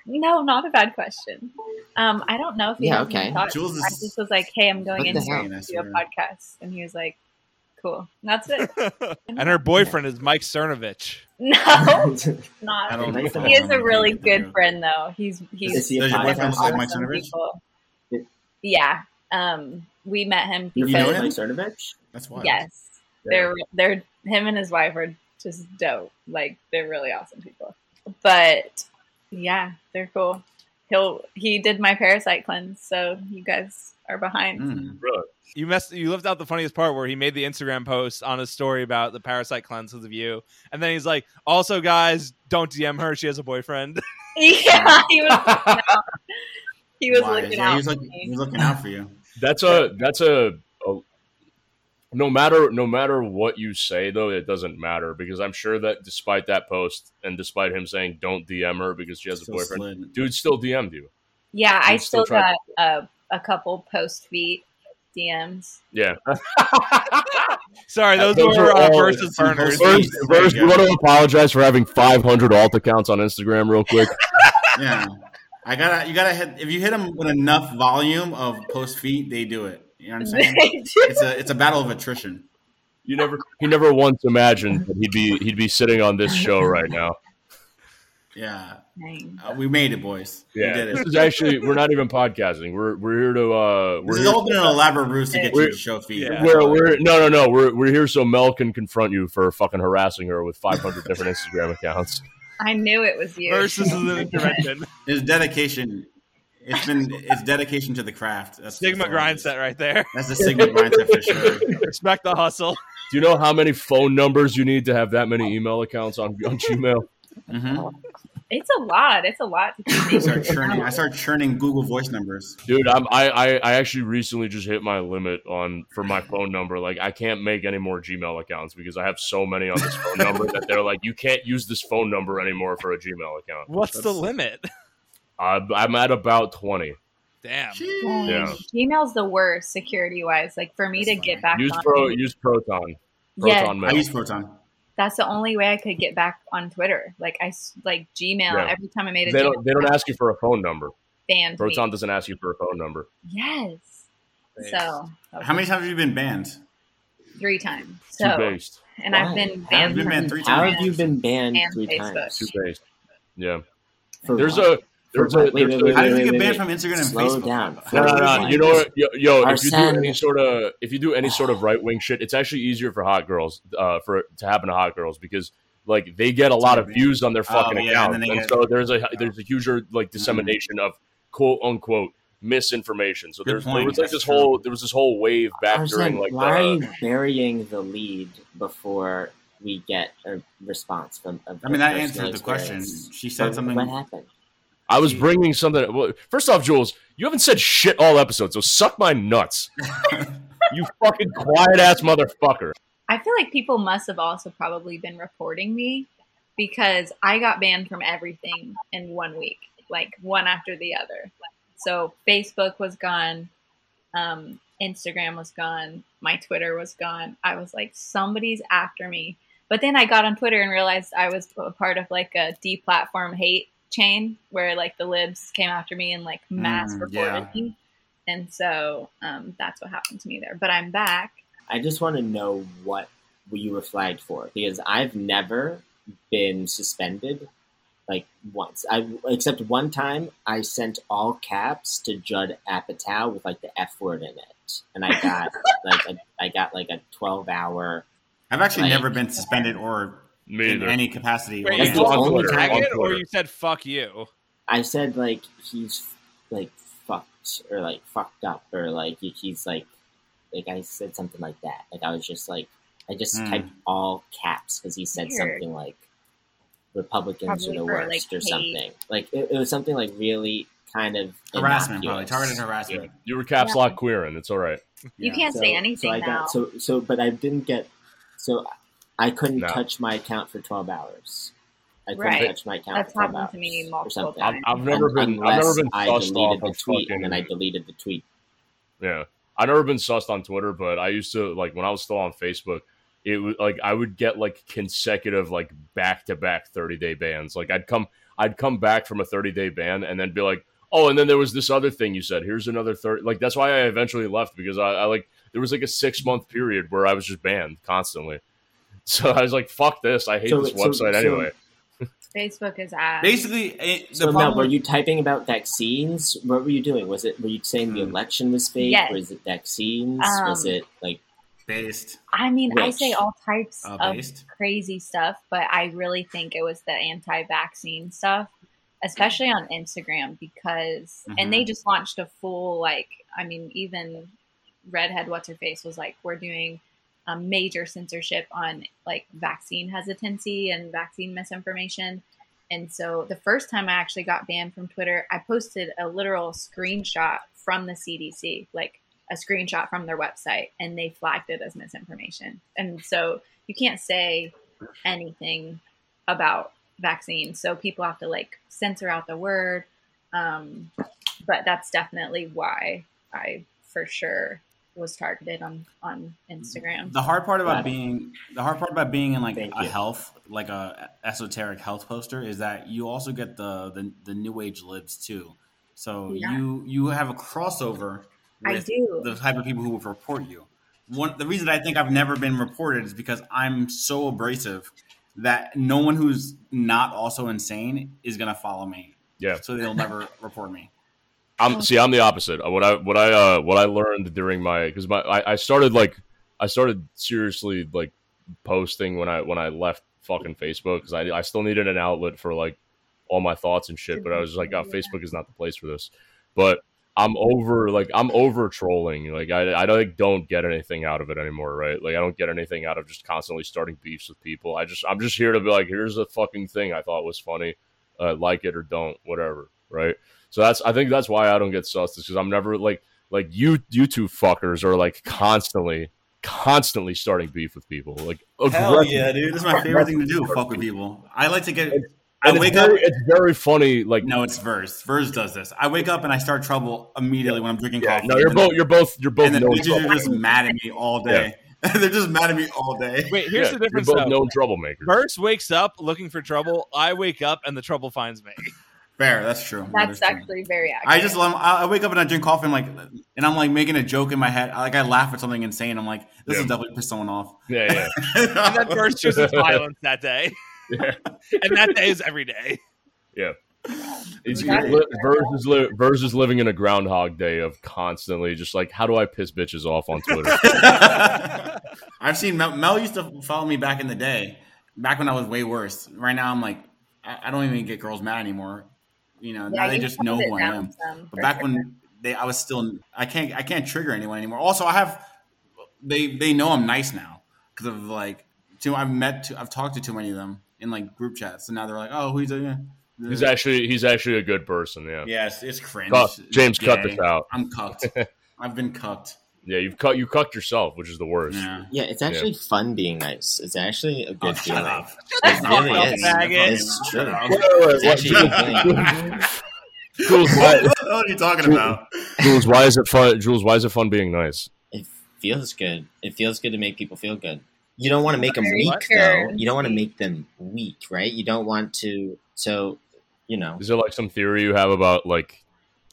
Speaker 2: no, not a bad question. Um, I don't know if he
Speaker 6: Yeah,
Speaker 2: has any
Speaker 6: okay.
Speaker 2: thoughts.
Speaker 4: Jules is-
Speaker 2: I just was like, "Hey, I'm going
Speaker 6: What
Speaker 2: in
Speaker 6: the
Speaker 2: here to
Speaker 6: hell?
Speaker 2: do a podcast," and he was like, "Cool." And that's it.
Speaker 3: and her boyfriend is Mike Cernovich.
Speaker 2: No,
Speaker 4: I
Speaker 2: not.
Speaker 4: don't
Speaker 6: He
Speaker 4: know.
Speaker 2: He is a really
Speaker 4: Yeah.
Speaker 2: good friend, though. He's he's
Speaker 6: Is he a
Speaker 4: Does your
Speaker 6: podcast?
Speaker 4: boyfriend look like Mike
Speaker 2: awesome
Speaker 4: Cernovich?
Speaker 2: people.
Speaker 6: Yeah.
Speaker 2: Yeah, um, we met him.
Speaker 6: Your
Speaker 4: You
Speaker 6: friend
Speaker 4: know
Speaker 6: Mike
Speaker 4: him?
Speaker 6: Cernovich?
Speaker 4: That's why.
Speaker 2: Yes, they're they're him and his wife are just dope. Like they're really awesome people. But yeah, they're cool. He'll he did my parasite cleanse, so you guys are behind.
Speaker 4: Mm.
Speaker 3: You messed. You left out the funniest part where he made the Instagram post on his story about the parasite cleanses of you, and then he's like, "Also, guys, don't DM her. She has a boyfriend."
Speaker 2: Yeah, he was he was
Speaker 4: Why?
Speaker 2: looking
Speaker 4: yeah,
Speaker 2: out.
Speaker 4: He was,
Speaker 2: for
Speaker 4: like,
Speaker 2: me.
Speaker 4: he was looking out for you.
Speaker 5: That's a that's a, a no matter no matter what you say though it doesn't matter because I'm sure that despite that post and despite him saying don't DM her because she has a
Speaker 4: Still
Speaker 5: boyfriend,
Speaker 4: slid.
Speaker 5: dude still DM'd you.
Speaker 2: yeah, I
Speaker 5: you
Speaker 2: still
Speaker 5: still tried-
Speaker 2: got uh, a couple post feet DMs.
Speaker 5: Yeah,
Speaker 3: Sorry, those,
Speaker 5: Those
Speaker 3: were
Speaker 5: are
Speaker 3: uh,
Speaker 5: all-
Speaker 3: versus burners.
Speaker 4: Those-
Speaker 5: first,
Speaker 4: Jeez, there
Speaker 5: first
Speaker 4: you
Speaker 5: we
Speaker 4: go.
Speaker 5: want to apologize for having 500 alt accounts on Instagram real quick.
Speaker 4: Yeah. I gotta, you gotta hit, if you hit them with enough volume of post feet, they do it. You know what I'm saying?
Speaker 2: They do.
Speaker 4: It's a, it's a battle of attrition.
Speaker 5: You never he never once imagined that he'd be he'd be sitting on this show right now.
Speaker 4: Yeah.
Speaker 2: Dang.
Speaker 4: Uh, we made it, boys.
Speaker 5: Yeah,
Speaker 4: We did
Speaker 5: this
Speaker 4: it.
Speaker 5: is actually we're not even podcasting. We're we're here to uh we're
Speaker 4: This has
Speaker 5: here-
Speaker 4: all been an elaborate ruse to get you
Speaker 5: We're-
Speaker 4: to show feet.
Speaker 3: Yeah.
Speaker 5: We're, we're no no no we're we're here so Mel can confront you for fucking harassing her with 500 different Instagram accounts.
Speaker 2: I knew it was you.
Speaker 3: Versus is an intervention.
Speaker 4: It's dedication. It's been it's dedication to the craft. That's
Speaker 3: Sigma
Speaker 4: that's all it
Speaker 3: grind
Speaker 4: is.
Speaker 3: set right there.
Speaker 4: That's the Sigma mindset for sure.
Speaker 3: Respect the hustle.
Speaker 5: Do you know how many phone numbers you need to have that many email accounts on, on Gmail?
Speaker 4: Mhm.
Speaker 2: It's a lot. It's a lot to
Speaker 4: I
Speaker 2: keep
Speaker 4: start churning. I start churning Google Voice numbers.
Speaker 5: Dude, I'm, I, I I actually recently just hit my limit on for my phone number. Like I can't make any more Gmail accounts because I have so many on this phone number that they're like you can't use this phone number anymore for a Gmail account.
Speaker 3: What's the
Speaker 4: That's-
Speaker 3: limit?
Speaker 5: I'm, I'm at about 20.
Speaker 3: Damn.
Speaker 2: Dang.
Speaker 5: Yeah.
Speaker 2: Gmail's the worst security wise. Like for me
Speaker 4: That's
Speaker 2: to
Speaker 4: funny.
Speaker 2: get back
Speaker 5: Use
Speaker 2: on,
Speaker 5: pro use Proton.
Speaker 2: yeah,
Speaker 5: Proton
Speaker 4: I
Speaker 5: Mail.
Speaker 4: use Proton.
Speaker 2: that's the only way I could get back on Twitter. Like I s- like Gmail
Speaker 5: Yeah.
Speaker 2: every time I made a
Speaker 5: They
Speaker 2: Gmail
Speaker 5: don't they don't ask you for a phone number.
Speaker 2: banned
Speaker 5: Proton
Speaker 2: me.
Speaker 5: doesn't ask you for a phone number.
Speaker 2: Yes. So
Speaker 4: How many times have you been banned?
Speaker 2: three times.
Speaker 5: Too
Speaker 2: So
Speaker 5: based.
Speaker 2: and
Speaker 6: Why?
Speaker 2: I've been
Speaker 4: have
Speaker 6: How
Speaker 2: banned.
Speaker 4: you
Speaker 2: from-
Speaker 4: been banned three
Speaker 6: How
Speaker 4: times?
Speaker 6: have you been banned
Speaker 2: And
Speaker 6: three
Speaker 2: Facebook.
Speaker 6: times?
Speaker 5: Too based. Yeah.
Speaker 6: For
Speaker 5: There's
Speaker 6: what?
Speaker 5: a there's
Speaker 6: For
Speaker 5: a
Speaker 6: what? Wait,
Speaker 5: there's
Speaker 6: wait,
Speaker 5: a-
Speaker 4: How did you
Speaker 6: wait,
Speaker 4: get
Speaker 6: wait,
Speaker 4: banned
Speaker 6: wait.
Speaker 4: from Instagram and
Speaker 6: Slow
Speaker 4: Facebook?
Speaker 6: down.
Speaker 5: No, no, no.
Speaker 6: Why?
Speaker 5: You know what? Yo, yo if you do
Speaker 6: Arsene.
Speaker 5: any sort of if you do any sort of right wing shit, it's actually easier for hot girls uh, for it to happen to hot girls because like they get a lot of views on their fucking
Speaker 4: Oh, yeah,
Speaker 5: account,
Speaker 4: and then
Speaker 5: and,
Speaker 4: they get- Mm-hmm.
Speaker 5: so there's a there's a huge like dissemination of quote unquote misinformation. So
Speaker 4: Good
Speaker 5: there's, there
Speaker 4: point.
Speaker 5: was like
Speaker 4: That's
Speaker 5: this whole there was this whole wave back during
Speaker 6: Arsene,
Speaker 5: like uh,
Speaker 6: why are
Speaker 5: the,
Speaker 6: you burying the lead before we get a response from? A,
Speaker 4: I mean, that
Speaker 6: personal
Speaker 4: answered the question.
Speaker 6: experience?
Speaker 4: She said
Speaker 6: What- What
Speaker 4: something.
Speaker 6: happened?
Speaker 5: I was bringing something. Well, first off, Jules, you haven't said shit all episode, so suck my nuts. you fucking quiet ass motherfucker.
Speaker 2: I feel like people must have also probably been reporting me because I got banned from everything in one week, like one after the other. So Facebook was gone, um, Instagram was gone, my Twitter was gone. I was like, somebody's after me. But then I got on Twitter and realized I was a part of like a deplatform hate chain where like the libs came after me and like
Speaker 6: Hmm,
Speaker 2: mass
Speaker 4: Mm,
Speaker 2: reported
Speaker 4: yeah.
Speaker 2: me. And so um, that's what happened to me there. But I'm back.
Speaker 6: I just want to know what you were flagged for because I've never been suspended like once. I except one time I sent all caps to Judd Apatow with like the F word in it, and I got like a, I got like a twelve hour.
Speaker 4: I've actually
Speaker 6: Like-
Speaker 4: never been suspended or
Speaker 5: Me
Speaker 4: in
Speaker 5: either.
Speaker 4: any capacity.
Speaker 3: Wait,
Speaker 4: Yeah.
Speaker 3: you
Speaker 6: the
Speaker 3: talked
Speaker 6: only
Speaker 3: to
Speaker 6: time-
Speaker 3: Dragon, or
Speaker 5: Twitter.
Speaker 3: you said "fuck you"?
Speaker 6: I said like he's like fucked or like fucked up or like he- he's like like I said something like that. Like I was just like I just
Speaker 4: Hmm.
Speaker 6: typed all caps because he said
Speaker 2: Weird.
Speaker 6: something like Republicans
Speaker 2: Probably
Speaker 6: are the
Speaker 2: for, like,
Speaker 6: worst or
Speaker 2: hate.
Speaker 6: something. Like it, it was something like really kind of
Speaker 4: harassment, probably
Speaker 6: innocuous.
Speaker 4: targeted
Speaker 5: Yeah.
Speaker 4: harassment.
Speaker 5: You were caps
Speaker 2: Yeah.
Speaker 5: lock queering. It's all right.
Speaker 2: You
Speaker 4: Yeah.
Speaker 2: can't
Speaker 6: So-
Speaker 2: say anything
Speaker 6: So I
Speaker 2: now.
Speaker 6: got so so but I didn't get so I couldn't
Speaker 5: No.
Speaker 6: touch my account for twelve hours. I couldn't
Speaker 2: Right.
Speaker 6: touch my account
Speaker 2: That's
Speaker 6: for 12
Speaker 2: happened to
Speaker 6: hours
Speaker 2: me
Speaker 6: or
Speaker 2: multiple
Speaker 6: something.
Speaker 5: I've,
Speaker 2: times.
Speaker 5: I've never
Speaker 6: Un-
Speaker 5: been. I've never
Speaker 6: um, unless
Speaker 5: been
Speaker 6: I
Speaker 5: sussed off
Speaker 6: deleted the
Speaker 5: of
Speaker 6: tweet
Speaker 5: fucking.
Speaker 6: and then I deleted the tweet.
Speaker 5: yeah, I never been sussed on Twitter, but I used to like when I was still on Facebook. it was like I would get like consecutive like back to back 30 day bans. Like I'd come I'd come back from a 30 day ban and then be like, oh, and then there was this other thing you said. Here's another 30. Like that's why I eventually left because I, I like there was like a six month period where I was just banned constantly. So I was like, fuck this. I hate
Speaker 6: So-
Speaker 5: this
Speaker 6: so-
Speaker 5: website
Speaker 6: so-
Speaker 5: anyway.
Speaker 2: Facebook is um, ass.
Speaker 4: Basically, it, the
Speaker 6: So Mel,
Speaker 4: problem.
Speaker 6: were you typing about vaccines? What were you doing? Was it were you saying the
Speaker 4: Hmm.
Speaker 6: election was fake?
Speaker 2: Yes.
Speaker 6: Was it vaccines?
Speaker 2: Um,
Speaker 6: was it like
Speaker 4: based,
Speaker 2: I mean, I
Speaker 6: Which?
Speaker 2: say all types
Speaker 4: uh,
Speaker 5: Oh.
Speaker 2: of
Speaker 4: based.
Speaker 2: crazy stuff, but I really think it was the anti vaccine stuff, especially on Instagram, because, and they just launched a full, like, I mean, even Redhead What's Her Face was like, we're doing a major censorship on like vaccine hesitancy and vaccine misinformation. And so the first time I actually got banned from Twitter, I posted a literal screenshot from the CDC, like a screenshot from their website, and they flagged it as misinformation. And so you can't say anything about vaccines. So people have to like censor out the word. Um, but that's definitely why I for sure was targeted on, on Instagram.
Speaker 4: The hard part about
Speaker 6: Right.
Speaker 4: being the hard part about being in like
Speaker 6: Thank
Speaker 4: a
Speaker 6: you.
Speaker 4: health like a esoteric health poster is that you also get the the, the new age libs too. So
Speaker 2: Yeah.
Speaker 4: you you have a crossover
Speaker 2: I
Speaker 4: with
Speaker 2: do.
Speaker 4: the type of people who would report you. One the reason I think I've never been reported is because I'm so abrasive that no one who's not also insane is gonna follow me.
Speaker 5: Yeah.
Speaker 4: So they'll never report me.
Speaker 5: I'm see. I'm the opposite. What I what I uh, what I learned during my because my I, I started like I started seriously like posting when I when I left fucking Facebook because I I still needed an outlet for like all my thoughts and shit. But I was just like, oh, Facebook is not the place for this. But I'm over like I'm over trolling. Like I I like don't get anything out of it anymore. Right? Like I don't get anything out of just constantly starting beefs with people. I just I'm just here to be like, here's the fucking thing I thought was funny. Uh, like it or don't, whatever. Right? So that's I think that's why I don't get sus because I'm never like like you you two fuckers are like constantly constantly starting beef with people like
Speaker 4: Hell
Speaker 5: aggressive.
Speaker 4: yeah, dude. This is my favorite thing to do, fuck with people. I like to get I
Speaker 5: And it's
Speaker 4: wake up
Speaker 5: very, it's very funny like
Speaker 4: No, it's Vers. Vers does this. I wake up and I start trouble immediately when I'm drinking
Speaker 5: yeah,
Speaker 4: coffee.
Speaker 5: no you're
Speaker 4: And
Speaker 5: both you're both you're both
Speaker 4: then- And then
Speaker 5: no
Speaker 4: bitches are
Speaker 5: troublemakers.
Speaker 4: just mad at me all day. They're just mad at me all day.
Speaker 3: Wait, here's
Speaker 5: Yeah,
Speaker 3: the difference
Speaker 5: you're both
Speaker 3: though.
Speaker 5: known troublemakers
Speaker 3: Burst wakes up looking for trouble. I wake up and the trouble finds me.
Speaker 4: Fair, that's true. That is
Speaker 2: That's
Speaker 4: true.
Speaker 2: actually very accurate.
Speaker 4: I just love. I I wake up and I drink coffee. And like, and I'm like making a joke in my head. I- Like I laugh at something insane. I'm like, this
Speaker 5: Yeah.
Speaker 4: will definitely piss someone off.
Speaker 5: yeah yeah
Speaker 3: And then Burst chooses violence that day.
Speaker 5: Yeah.
Speaker 3: and that day is every day.
Speaker 5: It's,
Speaker 2: Exactly.
Speaker 5: li- Vers, is li- Vers is living in a groundhog day of constantly just like how do I piss bitches off on Twitter?
Speaker 4: I've seen Mel, Mel used to follow me back in the day, back when I was way worse. Right now, I'm like, I, I don't even get girls mad anymore. You know, now
Speaker 2: Yeah,
Speaker 4: they
Speaker 2: you
Speaker 4: just know
Speaker 2: held it
Speaker 4: who I
Speaker 2: down
Speaker 4: am.
Speaker 2: some
Speaker 4: But
Speaker 2: for
Speaker 4: back
Speaker 2: sure.
Speaker 4: when they, I was still, I can't, I can't trigger anyone anymore. Also, I have, they, they know I'm nice now because of like, too. I've met, too, I've talked to too many of them in like group chats, and now they're like, oh, who's that?
Speaker 5: he's actually he's actually a good person. Yeah,
Speaker 4: yeah, it's, it's cringe.
Speaker 5: Cut-
Speaker 4: It's
Speaker 5: James, cut
Speaker 4: gay.
Speaker 5: this out.
Speaker 4: I'm cucked. I've been cucked.
Speaker 5: Yeah, you've cut you cucked yourself, which is the worst.
Speaker 4: Yeah.
Speaker 6: yeah, it's actually fun being nice. It's actually a
Speaker 4: Oh,
Speaker 6: good
Speaker 4: shut
Speaker 6: feeling.
Speaker 4: up.
Speaker 6: It really
Speaker 3: fuck up,
Speaker 6: is.
Speaker 3: faggot.
Speaker 6: It's true.
Speaker 5: Wait, wait, wait,
Speaker 6: It's actually a good feeling.
Speaker 5: Jules, why,
Speaker 4: What are you talking about?
Speaker 5: Jules, why is it fun? Jules, why is it fun being nice?
Speaker 6: It feels good. It feels good to make people feel good. You don't want to make them
Speaker 2: Very
Speaker 6: weak,
Speaker 2: true.
Speaker 6: though. You don't want to make them weak, right? You don't want to. So, you know,
Speaker 5: Is there like some theory you have about like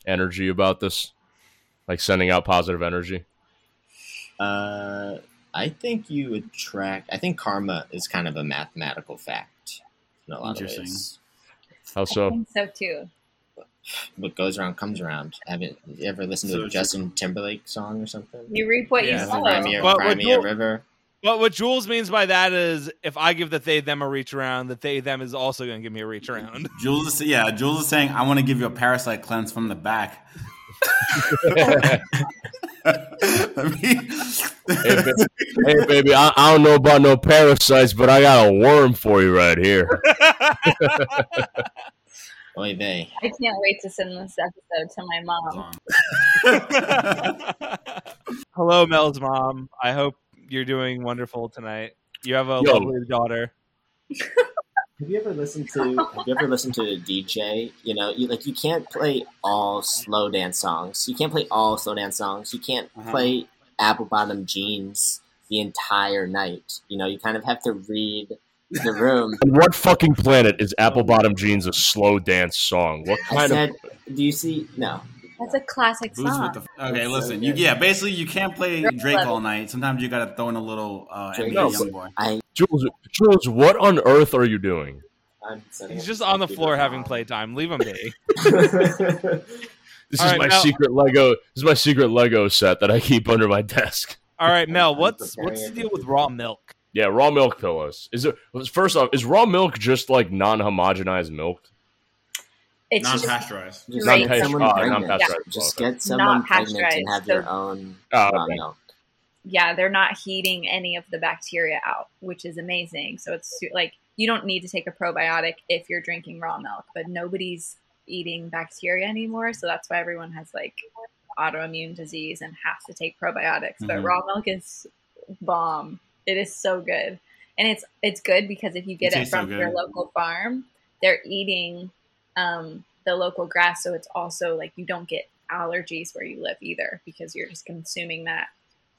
Speaker 5: energy about this, like sending out positive energy?
Speaker 6: uh, I think you attract. I think karma is kind of a mathematical fact in a lot of
Speaker 4: Interesting.
Speaker 6: ways.
Speaker 5: How
Speaker 2: I
Speaker 5: so?
Speaker 2: think so too.
Speaker 6: What goes around comes around. Haven't you ever listened
Speaker 4: So
Speaker 6: to a
Speaker 4: true.
Speaker 6: Justin Timberlake song or something?
Speaker 2: You reap what
Speaker 3: Yeah.
Speaker 2: you
Speaker 6: Cry me
Speaker 2: sow.
Speaker 6: a-
Speaker 3: But
Speaker 6: Cry
Speaker 3: what
Speaker 6: me a
Speaker 3: Jul-
Speaker 6: river.
Speaker 3: But what Jules means by that is if I give the they them a reach around, the they them is also going to give me a reach around.
Speaker 4: Jules is, yeah, Jules is saying, I want to give you a parasite cleanse from the back. I mean,
Speaker 5: hey, ba- hey, baby, I, I don't know about no parasites, but I got a worm for you right here.
Speaker 6: Oy vey.
Speaker 2: I can't wait to send this episode to my
Speaker 5: Oh.
Speaker 2: mom.
Speaker 3: Hello, Mel's mom. I hope you're doing wonderful tonight. You have a
Speaker 5: Yo.
Speaker 3: lovely daughter.
Speaker 6: Have you ever listened to Have you ever listened to a DJ? You know, you like you can't play all slow dance songs. You can't play all slow dance songs. You can't
Speaker 4: Uh-huh.
Speaker 6: play apple bottom jeans. the entire night. You know, you kind of have to read the room.
Speaker 5: On what fucking planet is Apple Bottom Jeans a slow dance song? What
Speaker 6: I
Speaker 5: kind
Speaker 6: said, "Do you see?" No,
Speaker 2: That's a classic
Speaker 4: Booze
Speaker 2: song.
Speaker 4: with the f- okay.
Speaker 6: That's
Speaker 4: Listen,
Speaker 6: so
Speaker 4: you
Speaker 6: good.
Speaker 4: yeah. Basically, you can't play
Speaker 2: You're
Speaker 4: Drake
Speaker 2: clever.
Speaker 4: all night. Sometimes you gotta throw in a little uh,
Speaker 6: Drake
Speaker 4: NBA
Speaker 6: is-
Speaker 4: young boy.
Speaker 6: I.
Speaker 5: of Jules? Jules, what on earth are you doing?
Speaker 6: I'm sending
Speaker 3: He's
Speaker 6: it
Speaker 3: just
Speaker 6: to
Speaker 3: on the
Speaker 6: Peter
Speaker 3: floor
Speaker 6: now.
Speaker 3: having playtime. Leave him be.
Speaker 5: This
Speaker 3: All
Speaker 5: is
Speaker 3: right,
Speaker 5: my
Speaker 3: now-
Speaker 5: secret Lego. This is my secret Lego set that I keep under my desk.
Speaker 3: All right, Mel.
Speaker 6: I'm
Speaker 3: What's
Speaker 6: preparing
Speaker 3: what's the
Speaker 6: it.
Speaker 3: deal with raw milk?
Speaker 5: Yeah, raw milk pillows. Is it first off? Is raw milk just like non-homogenized milk?
Speaker 2: it's
Speaker 4: Non
Speaker 2: just
Speaker 4: pasteurized.
Speaker 6: just
Speaker 2: Right.
Speaker 6: get someone
Speaker 5: Not
Speaker 6: pregnant.
Speaker 5: pasteurized. Yeah.
Speaker 6: Just get someone pregnant and
Speaker 2: pasteurized,
Speaker 6: have your
Speaker 2: so-
Speaker 6: own.
Speaker 5: Oh,
Speaker 6: raw
Speaker 5: okay.
Speaker 6: milk.
Speaker 2: yeah, they're not heating any of the bacteria out, which is amazing. So it's su- like you don't need to take a probiotic if you're drinking raw milk, but nobody's eating bacteria anymore, so that's why everyone has like autoimmune disease and has to take probiotics. But
Speaker 4: Mhm.
Speaker 2: raw milk is bomb. It is so good. And it's it's good because if you get
Speaker 4: It
Speaker 2: it,
Speaker 4: tastes so
Speaker 2: from your
Speaker 4: good.
Speaker 2: local farm, they're eating um, the local grass, so it's also like you don't get allergies where you live either because you're just consuming that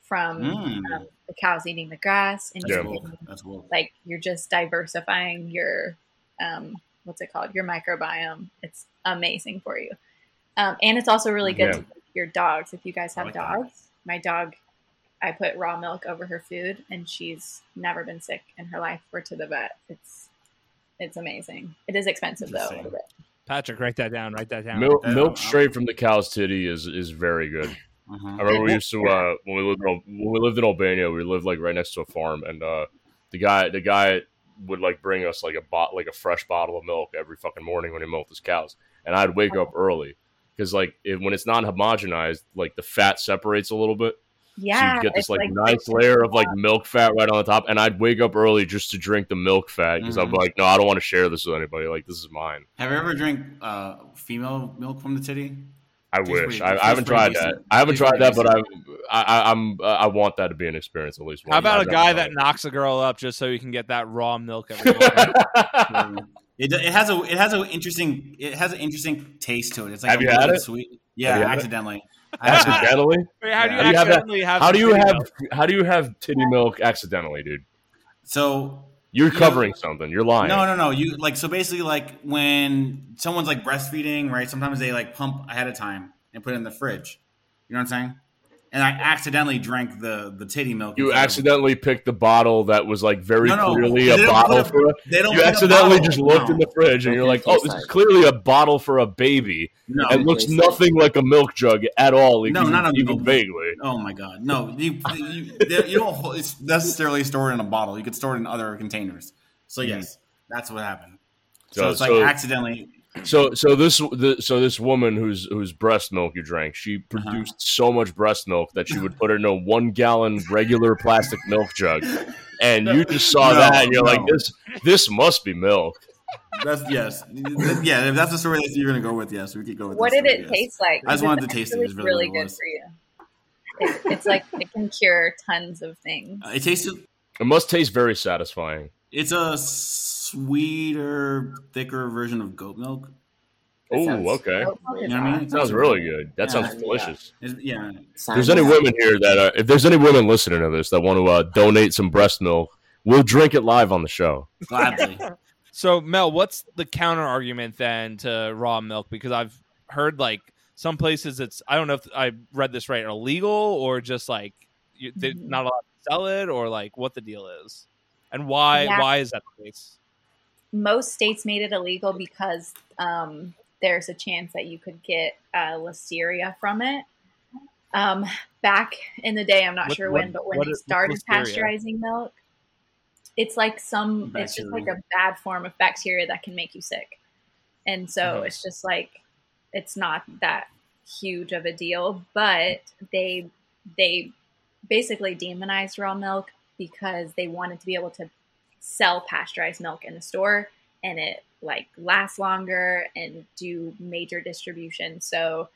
Speaker 2: from
Speaker 4: Mm.
Speaker 2: um, the cows eating the grass and
Speaker 4: That's
Speaker 5: Yeah.
Speaker 2: you're
Speaker 4: cool.
Speaker 2: eating-
Speaker 4: That's cool.
Speaker 2: like you're just diversifying your um, what's it called your microbiome it's amazing for you um, and it's also really good
Speaker 5: Yeah.
Speaker 2: to give your dogs if you guys
Speaker 4: I
Speaker 2: have
Speaker 4: like that.
Speaker 2: dogs my dog i put raw milk over her food and she's never been sick in her life we're to the vet it's it's amazing it is expensive though a
Speaker 4: Interesting.
Speaker 2: little bit.
Speaker 3: Patrick, write that down. Write that down.
Speaker 5: Milk,
Speaker 4: Yeah.
Speaker 5: milk straight from the cow's titty is is very good.
Speaker 4: Mhm.
Speaker 5: I remember we used to uh, when we lived in, Al- when we lived in Albania. We lived like right next to a farm, and uh, the guy the guy would like bring us like a bot like a fresh bottle of milk every fucking morning when he milked his cows, and I'd wake up early because like it, when it's non homogenized, like the fat separates a little bit.
Speaker 2: yeah
Speaker 5: so you get
Speaker 2: it's
Speaker 5: this like, nice layer of like milk fat right on the top, and I'd wake up early just to drink the milk fat because I'm
Speaker 4: Mhm.
Speaker 5: like, no, I don't want to share this with anybody. Like this is mine.
Speaker 4: Have you ever drank uh, female milk from the titty?
Speaker 5: I
Speaker 4: Tastes
Speaker 5: wish
Speaker 4: pretty-
Speaker 5: I,
Speaker 4: tastes
Speaker 5: I haven't
Speaker 4: pretty
Speaker 5: tried
Speaker 4: decent.
Speaker 5: that. I haven't
Speaker 4: Tastes
Speaker 5: tried
Speaker 4: pretty
Speaker 5: that, but I, I, I'm I want that to be an experience at least.
Speaker 3: How
Speaker 5: once.
Speaker 3: about a
Speaker 5: I've
Speaker 3: guy
Speaker 5: never
Speaker 3: that
Speaker 5: done
Speaker 3: knocks a girl up just so you can get that raw milk every morning?
Speaker 5: it.
Speaker 4: It, it has a it has an interesting it has an interesting taste to it. It's like
Speaker 5: Have
Speaker 4: a
Speaker 5: you
Speaker 4: little
Speaker 5: had
Speaker 4: bit
Speaker 5: it?
Speaker 4: sweet.
Speaker 5: Have
Speaker 4: Yeah,
Speaker 5: you had it?
Speaker 4: accidentally. I have had it.
Speaker 5: accidentally?
Speaker 3: Wait, how do you
Speaker 4: Yeah.
Speaker 5: You have that-
Speaker 3: accidentally have?
Speaker 5: How do
Speaker 3: some
Speaker 5: you
Speaker 3: video?
Speaker 5: have how do you have titty milk accidentally, dude?
Speaker 4: So
Speaker 5: You're
Speaker 4: You-
Speaker 5: covering something. You're lying.
Speaker 4: No, no, no. You like so basically like when someone's like breastfeeding, right? Sometimes they like pump ahead of time and put it in the fridge. You know what I'm saying? And I accidentally drank the the titty milk.
Speaker 5: You
Speaker 4: instead of-
Speaker 5: accidentally picked the bottle that was like very
Speaker 4: No, no.
Speaker 5: clearly
Speaker 4: They
Speaker 5: a
Speaker 4: don't
Speaker 5: bottle
Speaker 4: put a-
Speaker 5: for. A,
Speaker 4: They don't
Speaker 5: you
Speaker 4: put a
Speaker 5: accidentally
Speaker 4: bottle.
Speaker 5: just looked
Speaker 4: No,
Speaker 5: in the fridge and
Speaker 6: Don't
Speaker 5: you're like,
Speaker 6: taste
Speaker 5: "Oh,
Speaker 6: like
Speaker 5: this is
Speaker 6: it."
Speaker 5: clearly a bottle for a baby.
Speaker 4: no.
Speaker 5: It
Speaker 6: Don't
Speaker 5: looks
Speaker 6: taste like
Speaker 5: nothing like a milk jug at all. e-
Speaker 4: No,
Speaker 5: even,
Speaker 4: not a
Speaker 5: even
Speaker 4: milk-
Speaker 5: vaguely."
Speaker 4: Oh my god, no! You you, there- you don't hold- it's necessarily store it in a bottle. You could store it in other containers. So yes, that's what happened. So,
Speaker 5: Mm-hmm. So-
Speaker 4: it's like
Speaker 5: so-
Speaker 4: accidentally.
Speaker 5: So so this the, so this woman whose whose breast milk you drank, she
Speaker 4: Uh-huh.
Speaker 5: produced so much breast milk that she would put it in a one gallon regular plastic milk jug, and you just saw
Speaker 4: No,
Speaker 5: that and you're like
Speaker 4: no.
Speaker 5: this this must be milk.
Speaker 4: That's yes, yeah. If that's the story that you're gonna go with, yes, we could go with.
Speaker 2: what
Speaker 4: this
Speaker 2: did
Speaker 4: story,
Speaker 2: it
Speaker 4: yes.
Speaker 2: taste like?
Speaker 4: I just
Speaker 2: Because
Speaker 4: wanted
Speaker 2: it's
Speaker 4: to taste it. It was
Speaker 2: actually
Speaker 4: really
Speaker 2: really
Speaker 4: what it
Speaker 2: good
Speaker 4: was.
Speaker 2: for you. It, it's like it can cure tons of things.
Speaker 4: Uh, It tasted
Speaker 5: It must taste very satisfying.
Speaker 4: It's a sweeter, thicker version of goat milk.
Speaker 6: That
Speaker 5: Oh,
Speaker 6: sounds-
Speaker 5: okay,
Speaker 2: Oat milk
Speaker 6: You
Speaker 2: is
Speaker 4: know what I mean?
Speaker 2: awesome.
Speaker 5: sounds really good. That
Speaker 4: Yeah.
Speaker 5: sounds delicious.
Speaker 4: It's- yeah,
Speaker 5: If
Speaker 6: Sign
Speaker 5: there's
Speaker 6: me
Speaker 5: any
Speaker 6: up.
Speaker 5: women here that are, if there's any women listening to this that want to uh, donate some breast milk, we'll drink it live on the show.
Speaker 4: gladly.
Speaker 3: So Mel, what's the counter argument then to raw milk? Because I've heard like some places it's I don't know if I read this right illegal or just like you, they're
Speaker 2: Mhm.
Speaker 3: not allowed to sell it or like what the deal is and why
Speaker 2: Yeah.
Speaker 3: why is that the case?
Speaker 2: Most states made it illegal because um, there's a chance that you could get uh, listeria from it. Um, back in the day, I'm not
Speaker 3: What-
Speaker 2: sure
Speaker 3: what-
Speaker 2: when, but when
Speaker 3: what
Speaker 2: they
Speaker 3: is-
Speaker 2: started
Speaker 3: what's listeria?
Speaker 2: pasteurizing milk, it's like some, it's just like
Speaker 4: Bacteria.
Speaker 2: a bad form of bacteria that can make you sick. And so
Speaker 3: Mhm.
Speaker 2: it's just like, it's not that huge of a deal, but they, they basically demonized raw milk because they wanted to be able to sell pasteurized milk in the store and it like lasts longer and do major distribution. So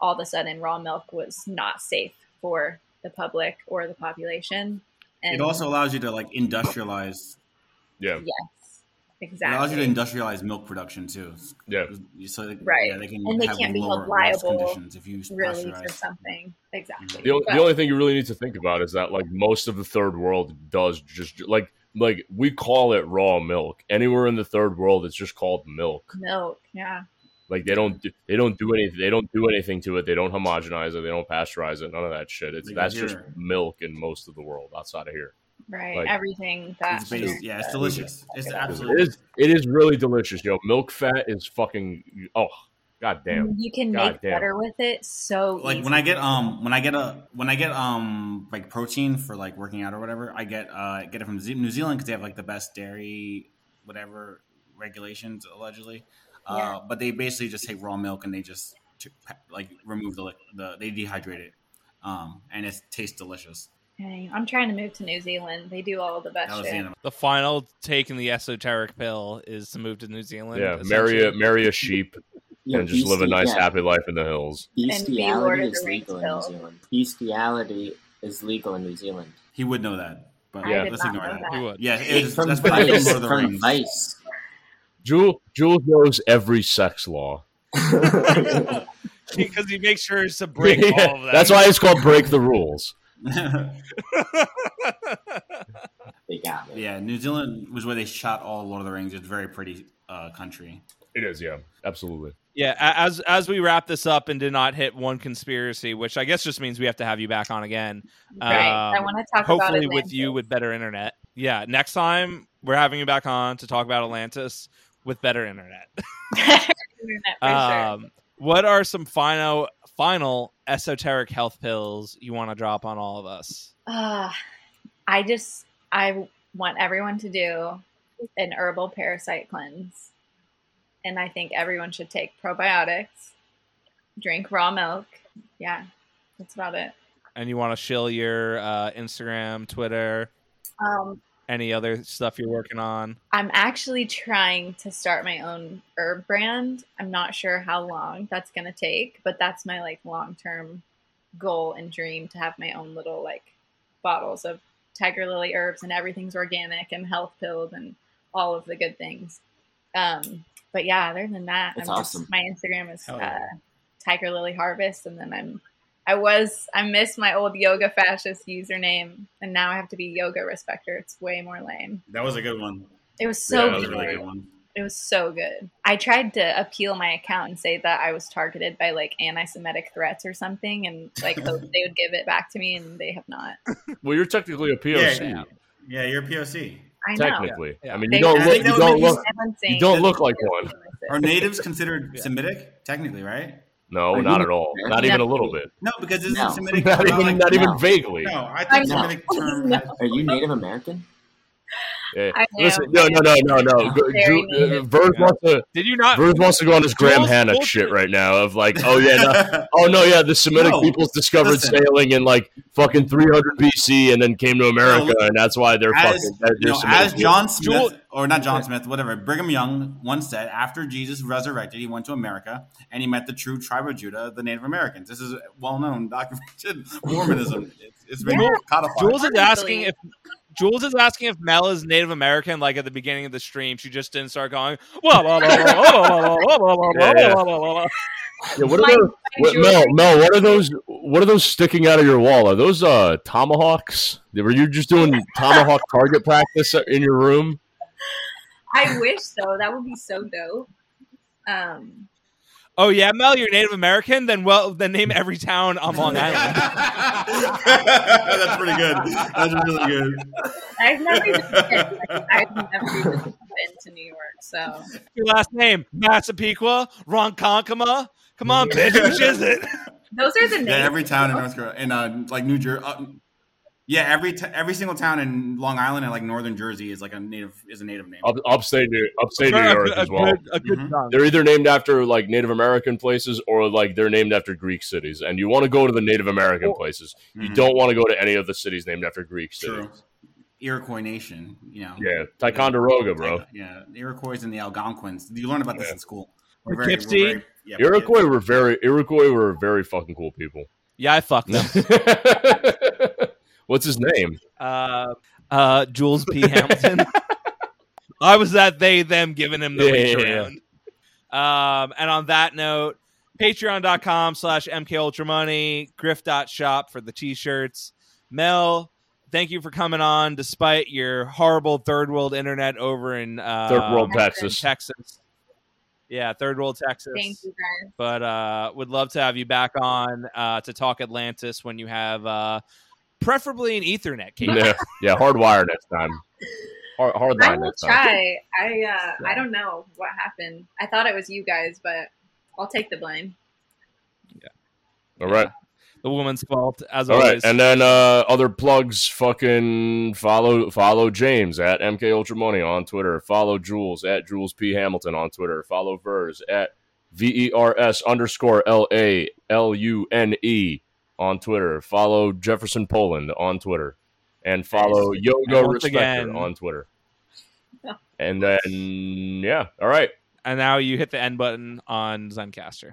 Speaker 2: all of a sudden raw milk was not safe for the public or the population. And
Speaker 4: it also allows you to like industrialize.
Speaker 5: Yeah.
Speaker 2: yes,
Speaker 4: It allows you to
Speaker 2: exactly.
Speaker 4: industrialize milk production too.
Speaker 5: Yeah.
Speaker 4: So they,
Speaker 2: Right.
Speaker 4: yeah, they can
Speaker 2: And they
Speaker 4: have
Speaker 2: can't be held
Speaker 4: lower loss
Speaker 2: liable,
Speaker 4: conditions if you
Speaker 2: Really, for
Speaker 4: pasteurize.
Speaker 2: something exactly.
Speaker 5: The, only
Speaker 2: But-
Speaker 5: the only thing you really need to think about is that like most of the third world does just like like we call it raw milk. Anywhere in the third world, it's just called milk.
Speaker 2: milk. Yeah,
Speaker 5: Like they don't do- they don't do anything they don't do anything to it. They don't homogenize it. They don't pasteurize it. None of that shit. It's
Speaker 4: Like
Speaker 5: that's
Speaker 4: here.
Speaker 5: just milk in most of the world outside of here.
Speaker 2: right.
Speaker 5: Like,
Speaker 2: Everything that
Speaker 4: It's based, yeah, it's delicious. It's
Speaker 5: It
Speaker 4: absolutely
Speaker 5: is it is really delicious, yo. Milk fat is fucking oh goddamn.
Speaker 2: you can
Speaker 5: God
Speaker 2: make
Speaker 5: damn.
Speaker 2: butter with it. So
Speaker 4: like when I get um when I get a when I get um like protein for like working out or whatever, I get uh get it from Ze- New Zealand because they have like the best dairy whatever regulations allegedly. Uh, but they basically just take raw milk and they just t- pa- like remove the li- the they dehydrate it, um and it tastes delicious.
Speaker 2: Dang, I'm trying to move to New Zealand. They do all the best
Speaker 4: That was the
Speaker 2: shit.
Speaker 4: end of-
Speaker 3: The final take in the esoteric pill is to move to New Zealand.
Speaker 5: Yeah, marry a
Speaker 3: essentially.
Speaker 5: marry a sheep
Speaker 6: Yeah,
Speaker 5: and just live a
Speaker 6: beastie-
Speaker 5: nice
Speaker 6: yeah,
Speaker 5: happy life in the hills.
Speaker 2: And be Lord of
Speaker 6: Bestiality is
Speaker 2: the
Speaker 6: legal in New
Speaker 2: Rings
Speaker 6: Zealand. Bestiality is legal in New Zealand.
Speaker 4: He would know that, but
Speaker 5: Yeah.
Speaker 2: I did
Speaker 4: let's
Speaker 2: not
Speaker 4: ignore
Speaker 2: know
Speaker 4: that.
Speaker 3: He would.
Speaker 4: Yeah, it was,
Speaker 6: from
Speaker 4: that's probably from
Speaker 6: Vice.
Speaker 4: Lord of the
Speaker 6: from
Speaker 4: Rings.
Speaker 6: Vice.
Speaker 5: Jewel Jewel knows every sex law.
Speaker 3: because he makes sure to break all of that.
Speaker 5: That's why it's called break the rules.
Speaker 6: they got me.
Speaker 4: yeah, New Zealand was where they shot all Lord of the Rings. It's a very pretty uh, country.
Speaker 5: It is, yeah, absolutely.
Speaker 3: Yeah, a- as as we wrap this up and did not hit one conspiracy, which I guess just means we have to have you back on again.
Speaker 2: Right. I
Speaker 3: Um,
Speaker 2: want to talk about
Speaker 3: hopefully with
Speaker 2: Atlantis.
Speaker 3: you with better internet. Yeah, next time we're having you back on to talk about Atlantis with better internet.
Speaker 2: Internet for sure.
Speaker 3: Um, what are some final final esoteric health pills you want to drop on all of us?
Speaker 2: Uh, I just I want everyone to do an herbal parasite cleanse, and I think everyone should take probiotics, drink raw milk. Yeah, that's about it.
Speaker 3: And you want to shill your uh, Instagram, Twitter,
Speaker 2: Um,
Speaker 3: any other stuff you're working on?
Speaker 2: I'm actually trying to start my own herb brand. I'm not sure how long that's going to take, but that's my like long-term goal and dream to have my own little like bottles of tiger lily herbs and everything's organic and health pilled and all of the good things. Um, but yeah, other than that,
Speaker 6: That's
Speaker 2: I'm just-
Speaker 6: awesome.
Speaker 2: my Instagram is
Speaker 1: Hell
Speaker 2: uh,
Speaker 1: yeah.
Speaker 2: tiger lily harvest and then I'm I was I miss my old yoga fascist username and now I have to be yoga respecter. It's way more lame.
Speaker 4: That was a good one.
Speaker 2: It was so
Speaker 5: Yeah, that was
Speaker 4: a
Speaker 2: good.
Speaker 4: really good one.
Speaker 2: It was so good. I tried to appeal my account and say that I was targeted by like anti-Semitic threats or something, and like hope they would give it back to me, and they have not.
Speaker 5: Well, you're technically a POC.
Speaker 4: Yeah, yeah, you're POC.
Speaker 2: I know.
Speaker 5: Technically,
Speaker 3: Yeah.
Speaker 5: I mean,
Speaker 2: They
Speaker 5: you don't
Speaker 2: have-
Speaker 5: look. You
Speaker 4: That would
Speaker 5: don't
Speaker 4: be
Speaker 5: look.
Speaker 2: Silencing
Speaker 5: You don't look like
Speaker 2: is
Speaker 5: one.
Speaker 2: complicit.
Speaker 4: Are natives considered
Speaker 3: Yeah.
Speaker 4: Semitic? Technically, right?
Speaker 5: No,
Speaker 6: Are
Speaker 5: not
Speaker 6: you-
Speaker 5: at all. Not even a little bit.
Speaker 4: No, because isn't
Speaker 6: No.
Speaker 4: Semitic
Speaker 5: Not
Speaker 4: about,
Speaker 5: even.
Speaker 4: like-
Speaker 5: Not even
Speaker 6: No.
Speaker 5: vaguely.
Speaker 4: No, I
Speaker 2: I'm
Speaker 4: think
Speaker 6: not.
Speaker 4: Semitic term. Has,
Speaker 6: Are you Native American?
Speaker 5: Yeah.
Speaker 2: I know.
Speaker 5: Listen, no, no, no, no, no. Go-
Speaker 2: Very
Speaker 5: Ju- uh,
Speaker 2: native.
Speaker 5: Verge wants to.
Speaker 3: Did you not?
Speaker 5: Verge wants to go on this Graham
Speaker 3: Jules-
Speaker 5: Hannock
Speaker 3: Jules-
Speaker 5: shit right now of like, oh yeah, no, oh no, yeah, the Semitic
Speaker 4: No,
Speaker 5: peoples discovered
Speaker 4: listen.
Speaker 5: sailing in like fucking 300 BC and then came to America,
Speaker 4: listen.
Speaker 5: and that's why they're
Speaker 4: as,
Speaker 5: fucking. They're
Speaker 4: no,
Speaker 5: Semitic
Speaker 4: as
Speaker 5: people.
Speaker 4: John Smith,
Speaker 3: Jewel-
Speaker 4: or not John Smith, whatever, Brigham Young once said, after Jesus resurrected, he went to America and he met the true tribe of Judah, the Native Americans. This is well known documented Mormonism. It's, it's been
Speaker 2: Yeah.
Speaker 4: codified.
Speaker 3: Jules is
Speaker 2: Honestly.
Speaker 3: asking if Jules is asking if Mel is Native American. Like at the beginning of the stream, she just didn't start going. "Wah, wah, wah, wah, wah, wah, wah, wah, wah, wah,
Speaker 5: Yeah, yeah.
Speaker 3: wah, wah, wah, wah."
Speaker 5: Yeah, what are
Speaker 2: My-
Speaker 5: those,
Speaker 2: my
Speaker 5: what,
Speaker 2: jewelry-
Speaker 5: Mel? Mel, what are those? What are those sticking out of your wall? Are those uh tomahawks? Were you just doing tomahawk target practice in your room?
Speaker 2: I wish though. That would be so dope. Um,
Speaker 3: Oh yeah, Mel, you're Native American. Then well, then name every town on Long Island.
Speaker 4: That's pretty good. That's really good.
Speaker 2: I've never even been, like, I've never even been to New York, so
Speaker 3: Your last name Massapequa, Ronkonkoma. Come on, bitch, which is it?
Speaker 2: those are the names.
Speaker 4: Yeah, every town in North Carolina, in uh, like New Jersey. Uh, yeah, every t- every single town in Long Island and like Northern Jersey is like a native is a native name.
Speaker 5: Up, upstate New, upstate New
Speaker 3: A
Speaker 5: York
Speaker 3: good-
Speaker 5: as well. Mm-hmm.
Speaker 3: A good, a good
Speaker 4: Mhm.
Speaker 3: chunk.
Speaker 5: They're either named after like Native American places or like they're named after Greek cities. And you want to go to the Native American places. You
Speaker 4: Mhm.
Speaker 5: don't want to go to any of the cities named after Greek cities.
Speaker 4: True. Iroquois Nation, you know.
Speaker 5: Yeah, Ticonderoga, bro.
Speaker 4: Like, yeah, the Iroquois and the Algonquins. You learn about this
Speaker 5: Yeah.
Speaker 4: in school.
Speaker 3: Poughkeepsie.
Speaker 4: yeah,
Speaker 5: Iroquois were very Iroquois were very fucking cool people.
Speaker 3: Yeah, I fucked them.
Speaker 5: What's his name?
Speaker 3: Uh, uh, Jules P. Hamilton. I was that they them giving him the
Speaker 5: Yeah,
Speaker 3: reach
Speaker 5: yeah, yeah.
Speaker 3: around. Um, and on that note, patreon.com slash mkultramoney, griff.shop for the t-shirts. Mel, thank you for coming on despite your horrible third world internet over in uh,
Speaker 5: Third world
Speaker 3: Texas.
Speaker 5: Texas.
Speaker 3: Yeah, third world Texas
Speaker 2: Thank you guys.
Speaker 3: but uh, would love to have you back on uh, to talk Atlantis when you have uh, preferably an Ethernet cable.
Speaker 5: Yeah, yeah, hard wire next time. Hard, hard
Speaker 2: I
Speaker 5: line
Speaker 2: will
Speaker 5: next time.
Speaker 2: try. I uh, I don't know what happened. I thought it was you guys, but I'll take the blame.
Speaker 5: All right.
Speaker 3: The woman's fault, as
Speaker 5: All right,
Speaker 3: always.
Speaker 5: and then uh, other plugs. Fucking follow follow James at MK Ultra Money on Twitter. Follow Jules at Jules P Hamilton on Twitter. Follow Vers at V E R S underscore L A L U N E on Twitter. Follow Jefferson Poland on Twitter, and follow
Speaker 3: And
Speaker 5: Yogo
Speaker 3: once
Speaker 5: Respecter
Speaker 3: again-
Speaker 5: on Twitter. And then yeah, all right.
Speaker 3: And now you hit the end button on Zencaster.